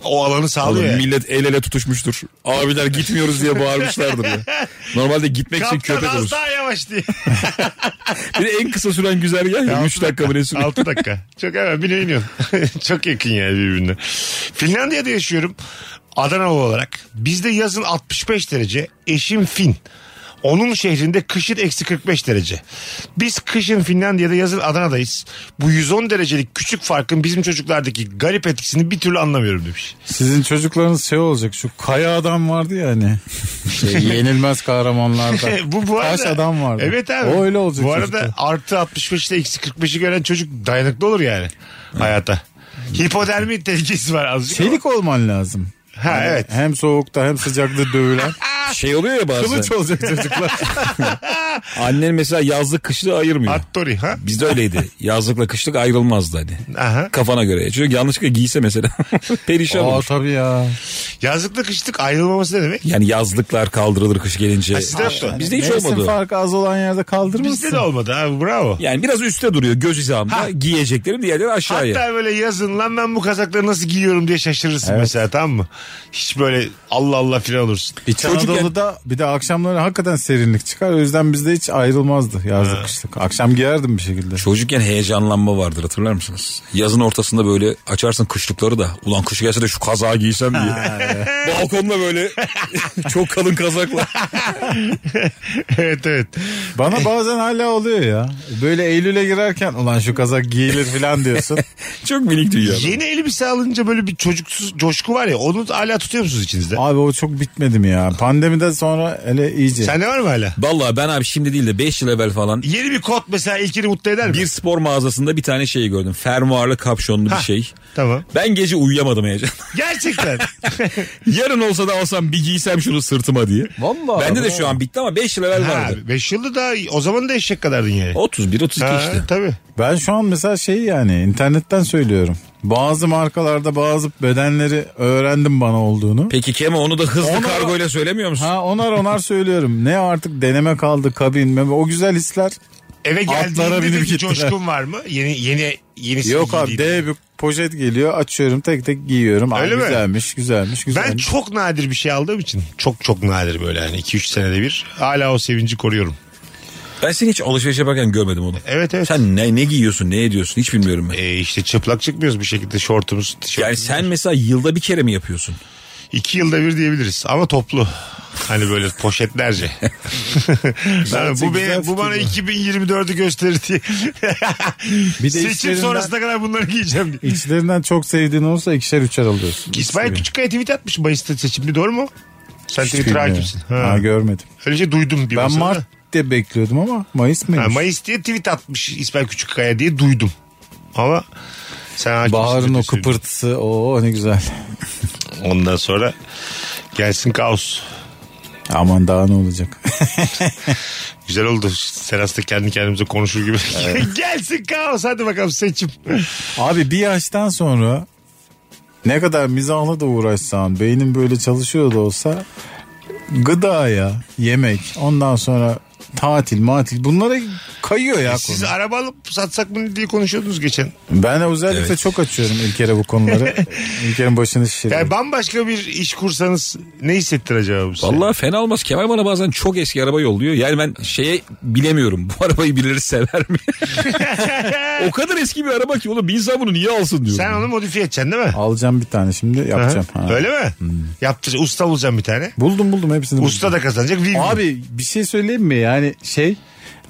Speaker 1: o alanı sağlıyor
Speaker 2: Oğlum,
Speaker 1: yani.
Speaker 2: millet el ele tutuşmuştur. Abiler gitmiyoruz diye bağırmışlardır ya. Normalde gitmek için
Speaker 1: Kaptan
Speaker 2: köpek
Speaker 1: az
Speaker 2: olur.
Speaker 1: daha yavaş diye.
Speaker 2: Bir de en kısa süren güzergah ya. 3 dakika mı ne sürüyor?
Speaker 1: 6 dakika. Çok hemen bine iniyorsun. Çok yakın yani birbirine. Finlandiya'da yaşıyorum. Adanalı olarak. Bizde yazın 65 derece. Eşim Fin. Onun şehrinde kışın eksi 45 derece. Biz kışın Finlandiya'da yazın Adana'dayız. Bu 110 derecelik küçük farkın bizim çocuklardaki garip etkisini bir türlü anlamıyorum demiş.
Speaker 3: Sizin çocuklarınız şey olacak şu kaya adam vardı ya hani. Şey, yenilmez kahramanlarda.
Speaker 1: E, bu, bu arada,
Speaker 3: Taş adam vardı.
Speaker 1: Evet abi.
Speaker 3: O öyle olacak
Speaker 1: Bu arada
Speaker 3: çocukta.
Speaker 1: artı 65 ile eksi 45'i gören çocuk dayanıklı olur yani hayata. Hipotermi tehlikesi var azıcık. ama-
Speaker 3: Çelik olman lazım.
Speaker 1: Ha evet.
Speaker 3: Hem soğukta hem sıcakta dövülen.
Speaker 2: Şey oluyor ya bazen.
Speaker 3: Kılıç olacak çocuklar.
Speaker 2: Annen mesela yazlık kışlık ayırmıyor.
Speaker 1: Hattori ha?
Speaker 2: Bizde öyleydi. Yazlıkla kışlık ayrılmazdı hani.
Speaker 1: Aha.
Speaker 2: Kafana göre. Çünkü yanlışlıkla giyse mesela perişan
Speaker 3: Aa
Speaker 2: olur.
Speaker 3: tabii ya.
Speaker 1: Yazlıkla kışlık ayrılmaması ne demek?
Speaker 2: Yani yazlıklar kaldırılır kış gelince.
Speaker 1: Ha, sizde yoktu.
Speaker 2: Bizde hiç
Speaker 3: Mevsim
Speaker 2: olmadı. o.
Speaker 3: farkı az olan yerde kaldırmazsın.
Speaker 1: Bizde de olmadı abi bravo.
Speaker 2: Yani biraz üstte duruyor göz hizamda. Giyecekleri diğerleri aşağıya.
Speaker 1: Hatta böyle yazın lan ben bu kazakları nasıl giyiyorum diye şaşırırsın mesela tamam mı? Hiç böyle Allah Allah filan olursun.
Speaker 3: İç
Speaker 2: E, Çocukken-
Speaker 3: Anadolu'da bir de akşamları hakikaten serinlik çıkar. O yüzden bizde hiç ayrılmazdı yazlık kışlık. Akşam giyerdim bir şekilde.
Speaker 2: Çocukken heyecanlanma vardır hatırlar mısınız? Yazın ortasında böyle açarsın kışlıkları da ulan kış gelse de şu kazağı giysem diye. Balkonda böyle çok kalın kazakla.
Speaker 1: evet evet.
Speaker 3: Bana bazen hala oluyor ya. Böyle Eylül'e girerken ulan şu kazak giyilir falan diyorsun.
Speaker 2: Çok minik dünya.
Speaker 1: Yeni elbise alınca böyle bir çocuksuz coşku var ya onu da hala tutuyor musunuz içinizde?
Speaker 3: Abi o çok bitmedi mi ya? Pandemiden sonra hele iyice.
Speaker 1: Sende var mı hala?
Speaker 2: Vallahi ben abi şimdi değil de 5 yıl evvel falan
Speaker 1: Yeni bir kot mesela ilkini mutlu eder mi?
Speaker 2: bir spor mağazasında bir tane şey gördüm. Fermuarlı kapşonlu
Speaker 1: Ha.
Speaker 2: bir şey.
Speaker 1: Tamam.
Speaker 2: Ben gece uyuyamadım heyecan.
Speaker 1: Gerçekten.
Speaker 2: Yarın olsa da alsam bir giysem şunu sırtıma diye.
Speaker 3: Vallahi.
Speaker 2: Bende de şu an bitti ama 5 yıl evvel
Speaker 1: ha,
Speaker 2: vardı.
Speaker 1: 5 yılda daha o zaman da eşek kadardın yani.
Speaker 2: 31 32
Speaker 1: Ha,
Speaker 2: işte.
Speaker 1: Tabii.
Speaker 3: Ben şu an mesela şey yani internetten söylüyorum. Bazı markalarda bazı bedenleri öğrendim bana olduğunu.
Speaker 2: Peki Kema onu da hızlı
Speaker 3: Ona-
Speaker 2: kargoyla söylemiyor musun?
Speaker 3: Ha onar onar söylüyorum. Ne artık deneme kaldı kabin mi? O güzel hisler.
Speaker 1: Eve
Speaker 3: Atlara
Speaker 1: geldiğinde
Speaker 3: binip
Speaker 1: de bir
Speaker 3: gittiler.
Speaker 1: coşkun var mı? Yeni yeni yeni
Speaker 3: Yok abi dev bir poşet geliyor açıyorum tek tek giyiyorum. Ay,
Speaker 1: Öyle mi?
Speaker 3: güzelmiş, güzelmiş güzelmiş
Speaker 1: Ben çok nadir bir şey aldığım için çok çok nadir böyle yani 2-3 senede bir hala o sevinci koruyorum.
Speaker 2: Ben seni hiç alışveriş yaparken görmedim onu.
Speaker 1: Evet evet.
Speaker 2: Sen ne ne giyiyorsun, ne ediyorsun hiç bilmiyorum ben.
Speaker 1: Ee, işte çıplak çıkmıyoruz bu şekilde şortumuz,
Speaker 2: Yani
Speaker 1: tişörtümüz.
Speaker 2: sen mesela yılda bir kere mi yapıyorsun?
Speaker 1: İki yılda bir diyebiliriz ama toplu. Hani böyle poşetlerce. Lan bu,
Speaker 3: güzel
Speaker 1: be, bu
Speaker 3: fikir
Speaker 1: bana
Speaker 3: bu.
Speaker 1: 2024'ü gösterir diye.
Speaker 3: Bir de
Speaker 1: Seçim
Speaker 3: işlerinden-
Speaker 1: sonrasına kadar bunları giyeceğim diye.
Speaker 3: İçlerinden çok sevdiğin olursa ikişer üçer alıyorsun.
Speaker 1: İsmail Küçükkaya tweet atmış Mayıs'ta seçimli doğru mu? Sen
Speaker 3: Hiç
Speaker 1: Twitter
Speaker 3: bilmiyorum.
Speaker 1: hakimsin. Ha.
Speaker 3: Ha, görmedim.
Speaker 1: Öyle şey duydum bir
Speaker 3: Ben
Speaker 1: masada.
Speaker 3: Mart diye bekliyordum ama Mayıs mıymış?
Speaker 1: Ha, Mayıs diye tweet atmış İsmail Küçükkaya diye duydum. Ama sen hakimsin
Speaker 3: Bahar'ın
Speaker 1: diye
Speaker 3: o
Speaker 1: söyleyeyim.
Speaker 3: kıpırtısı o ne güzel.
Speaker 1: Ondan sonra gelsin kaos.
Speaker 3: Aman daha ne olacak.
Speaker 1: Güzel oldu. Seras'ta kendi kendimize konuşur gibi. gelsin kaos hadi bakalım seçim.
Speaker 3: Abi bir yaştan sonra ne kadar mizahla da uğraşsan beynin böyle çalışıyor da olsa gıdaya yemek ondan sonra tatil matil bunlara kayıyor ya
Speaker 1: E Siz
Speaker 3: konu.
Speaker 1: araba alıp satsak mı diye konuşuyordunuz geçen.
Speaker 3: Ben de özellikle
Speaker 2: Evet.
Speaker 3: çok açıyorum İlker'e bu konuları. İlker'in başını şişiriyor.
Speaker 1: Yani bambaşka bir iş kursanız ne hissettir acaba bu size?
Speaker 2: Vallahi fena olmaz. Kemal bana bazen çok eski araba yolluyor. Yani ben şeye bilemiyorum. Bu arabayı birileri sever mi? o kadar eski bir araba ki oğlum bir insan bunu niye alsın diyorum.
Speaker 1: Sen onu modifiye edeceksin değil mi?
Speaker 3: Alacağım bir tane şimdi yapacağım.
Speaker 1: Aha.
Speaker 3: Ha. Hmm.
Speaker 1: Öyle mi? Yaptır, usta bulacağım bir tane.
Speaker 3: Buldum buldum hepsini.
Speaker 1: Usta
Speaker 3: buldum.
Speaker 1: da kazanacak. Win
Speaker 3: Abi bir şey söyleyeyim mi yani şey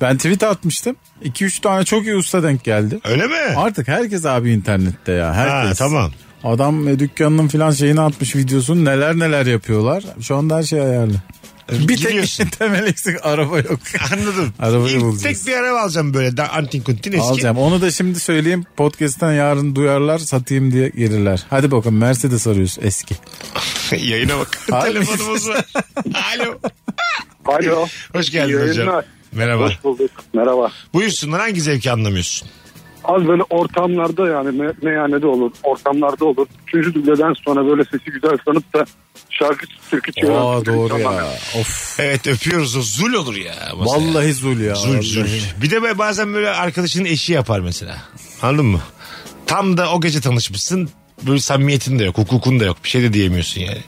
Speaker 3: ben tweet atmıştım. 2-3 tane çok iyi usta denk geldi.
Speaker 1: Öyle mi?
Speaker 3: Artık herkes abi internette ya. Herkes.
Speaker 1: Ha, tamam.
Speaker 3: Adam e, dükkanının filan şeyini atmış videosunu neler neler yapıyorlar. Şu anda her şey ayarlı.
Speaker 1: E,
Speaker 3: Bir
Speaker 1: Gidiyorsun.
Speaker 3: tek temel eksik araba yok.
Speaker 1: Anladım.
Speaker 3: Arabayı
Speaker 1: İlk
Speaker 3: bulacağız.
Speaker 1: Tek bir araba alacağım böyle. Da, antin kuntin eski.
Speaker 3: Alacağım. Onu da şimdi söyleyeyim. Podcast'ten yarın duyarlar satayım diye gelirler. Hadi bakın Mercedes arıyoruz eski.
Speaker 1: Yayına bak.
Speaker 3: Abi.
Speaker 1: Telefonumuz var. Alo.
Speaker 6: Alo.
Speaker 1: Hoş geldin
Speaker 6: İyi
Speaker 1: hocam.
Speaker 6: yayınlar.
Speaker 1: Merhaba.
Speaker 6: Hoş bulduk. Merhaba.
Speaker 1: Buyursunlar hangi zevki anlamıyorsun?
Speaker 6: Az böyle ortamlarda yani me- meyhanede olur, ortamlarda olur. Üçüncü dubleden sonra böyle sesi güzel sanıp da şarkı türkü çığırıyor.
Speaker 3: Aa doğru ya. Of.
Speaker 1: Evet öpüyoruz o zul olur ya. masaya.
Speaker 3: Vallahi zul ya.
Speaker 1: Zul
Speaker 3: vallahi.
Speaker 1: zul. Bir de böyle bazen böyle arkadaşının eşi yapar mesela. Anladın mı? Tam da o gece tanışmışsın. Böyle samimiyetin de yok. Hukukun da yok. Bir şey de diyemiyorsun yani.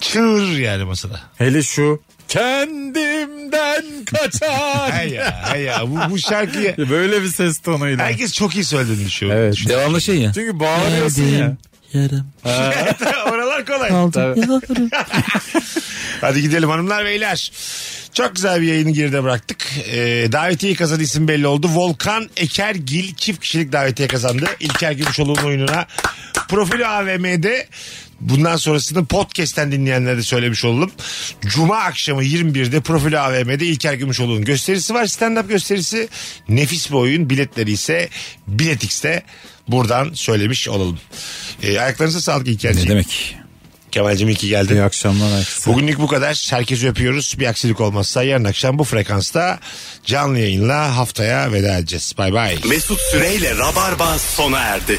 Speaker 1: Çığırır yani masada.
Speaker 3: Hele şu. Kendimden kaçar.
Speaker 1: Hay ya hay ya. Bu, bu şarkıyı
Speaker 3: Böyle bir ses tonuyla.
Speaker 1: herkes çok iyi söylediğini düşünüyor.
Speaker 3: Evet.
Speaker 2: Devamlı şey ya.
Speaker 3: Çünkü bağırıyorsun ya.
Speaker 1: Oralar kolay. Hadi gidelim hanımlar beyler. Çok güzel bir yayını geride bıraktık. Ee, davetiye kazan isim belli oldu. Volkan Ekergil çift kişilik davetiye kazandı. İlker Gümüşoğlu'nun oyununa. Profili AVM'de bundan sonrasını podcast'ten dinleyenlere de söylemiş olalım. Cuma akşamı 21'de Profili AVM'de İlker Gümüşoğlu'nun gösterisi var. Stand-up gösterisi. Nefis bir oyun. Biletleri ise Biletix'te. Buradan söylemiş olalım. Ee, ayaklarınıza sağlık
Speaker 2: Ne
Speaker 1: İlker'ciğim.
Speaker 2: demek?
Speaker 1: Kemal'cim iyi ki geldin.
Speaker 3: İyi akşamlar. herkese.
Speaker 1: Bugünlük bu kadar. Herkesi öpüyoruz. Bir aksilik olmazsa yarın akşam bu frekansta canlı yayınla haftaya veda edeceğiz. Bay bay.
Speaker 7: Mesut Süreyle Rabarba sona erdi.